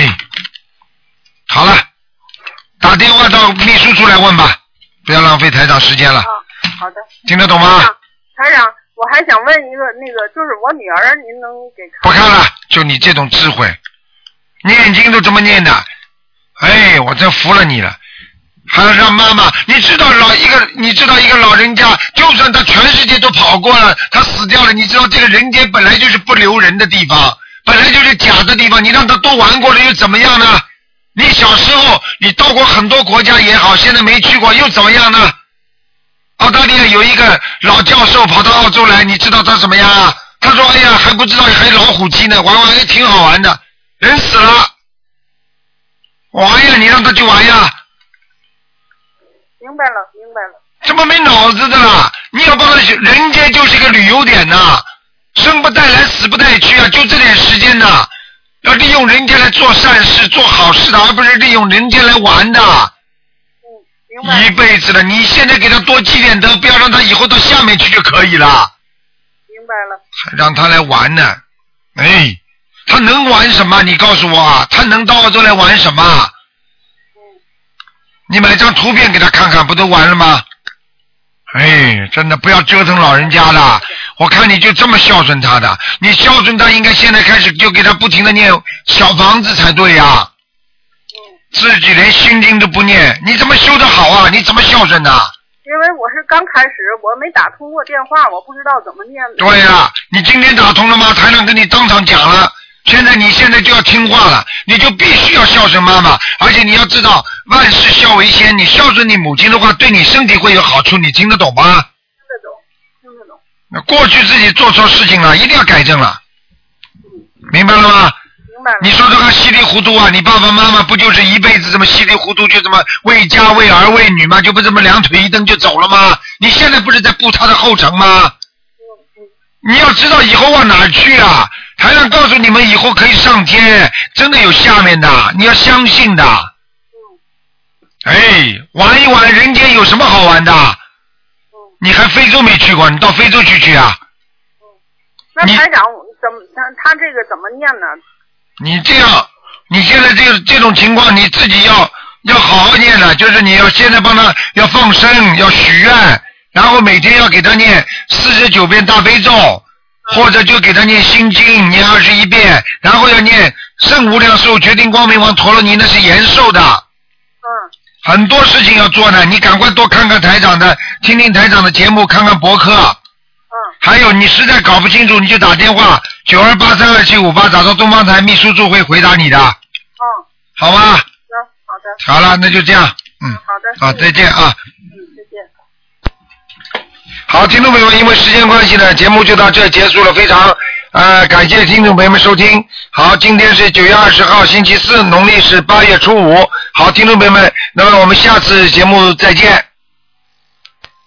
Speaker 1: 是，哎，好了，打电话到秘书处来问吧，不要浪费台长啊时间了，
Speaker 10: 啊好的，
Speaker 1: 听得懂吗？
Speaker 10: 台长，我还想问一个，那个就是我女儿，您能给看？
Speaker 1: 不看了，就你这种智慧，念经都这么念的，哎，我真服了你了。还要让妈妈，你知道老一个，你知道一个老人家，就算他全世界都跑过了，他死掉了，你知道这个人间本来就是不留人的地方，本来就是假的地方，你让他多玩过了又怎么样呢？你小时候你到过很多国家也好，现在没去过又怎么样呢？澳大利亚有一个老教授跑到澳洲来，你知道他怎么样啊？他说：“哎呀，还不知道还有老虎机呢，玩玩还挺好玩的。人死了，玩呀，你让他去玩呀，
Speaker 10: 明白了，明白了。
Speaker 1: 怎么没脑子的啦？你要帮他去，人间就是个旅游点呐、生不带来，死不带去啊，就这点时间呐、要利用人间来做善事、做好事的，而不是利用人间来玩的。一辈子了，你现在给他多积点德，不要让他以后到下面去就可以了。
Speaker 10: 明白了，
Speaker 1: 还让他来玩呢，哎，他能玩什么？你告诉我啊，他能到澳洲来玩什么？你买张图片给他看看，不都完了吗？哎，真的不要折腾老人家了。我看你就这么孝顺他的，你孝顺他应该现在开始就给他不停的念小房子才对呀、自己连心经都不念，你怎么修得好啊？你怎么孝顺的、
Speaker 10: 因为我是刚开始，我没打通过电话，我不知道怎么念的。
Speaker 1: 对呀、你今天打通了吗？台长跟你当场讲了，现在你现在就要听话了，你就必须要孝顺妈妈，而且你要知道万事孝为先，你孝顺你母亲的话，对你身体会有好处，你听得懂吗？
Speaker 10: 听得懂。
Speaker 1: 那过去自己做错事情了，一定要改正了，明白了吗？
Speaker 10: 明白了。
Speaker 1: 你说这个稀里糊涂啊，你爸爸妈妈不就是一辈子这么稀里糊涂，就这么为家为儿为女吗？就不这么两腿一蹬就走了吗？你现在不是在步他的后尘吗？你要知道以后往哪儿去啊！台长告诉你们，以后可以上天，真的有下面的，你要相信的。哎，玩一玩，人间有什么好玩的？你还非洲没去过，你到非洲去去啊！
Speaker 10: 那台长怎么他他这个怎么念呢？
Speaker 1: 你这样，你现在这个这种情况，你自己要要好好念了，就是你要现在帮他要放生，要许愿，然后每天要给他念四十九遍大悲咒，或者就给他念心经，念二十一遍，然后要念圣无量寿决定光明王陀罗尼，那是延寿的。嗯。很多事情要做呢，你赶快多看看台长的，听听台长的节目，看看博客。还有，你实在搞不清楚，你就打电话九二八三二七五八，打到东方台秘书处会回答你的。
Speaker 10: 嗯，
Speaker 1: 好吧，
Speaker 10: 行，好的。
Speaker 1: 好了，那就这样，嗯，
Speaker 10: 好的。
Speaker 1: 好，再见啊。
Speaker 10: 嗯，再见。
Speaker 1: 好，听众朋友们，因为时间关系呢，节目就到这结束了。非常呃，感谢听众朋友们收听。好，今天是九月二十号，星期四，农历是八月初五。好，听众朋友们，那么我们下次节目再见。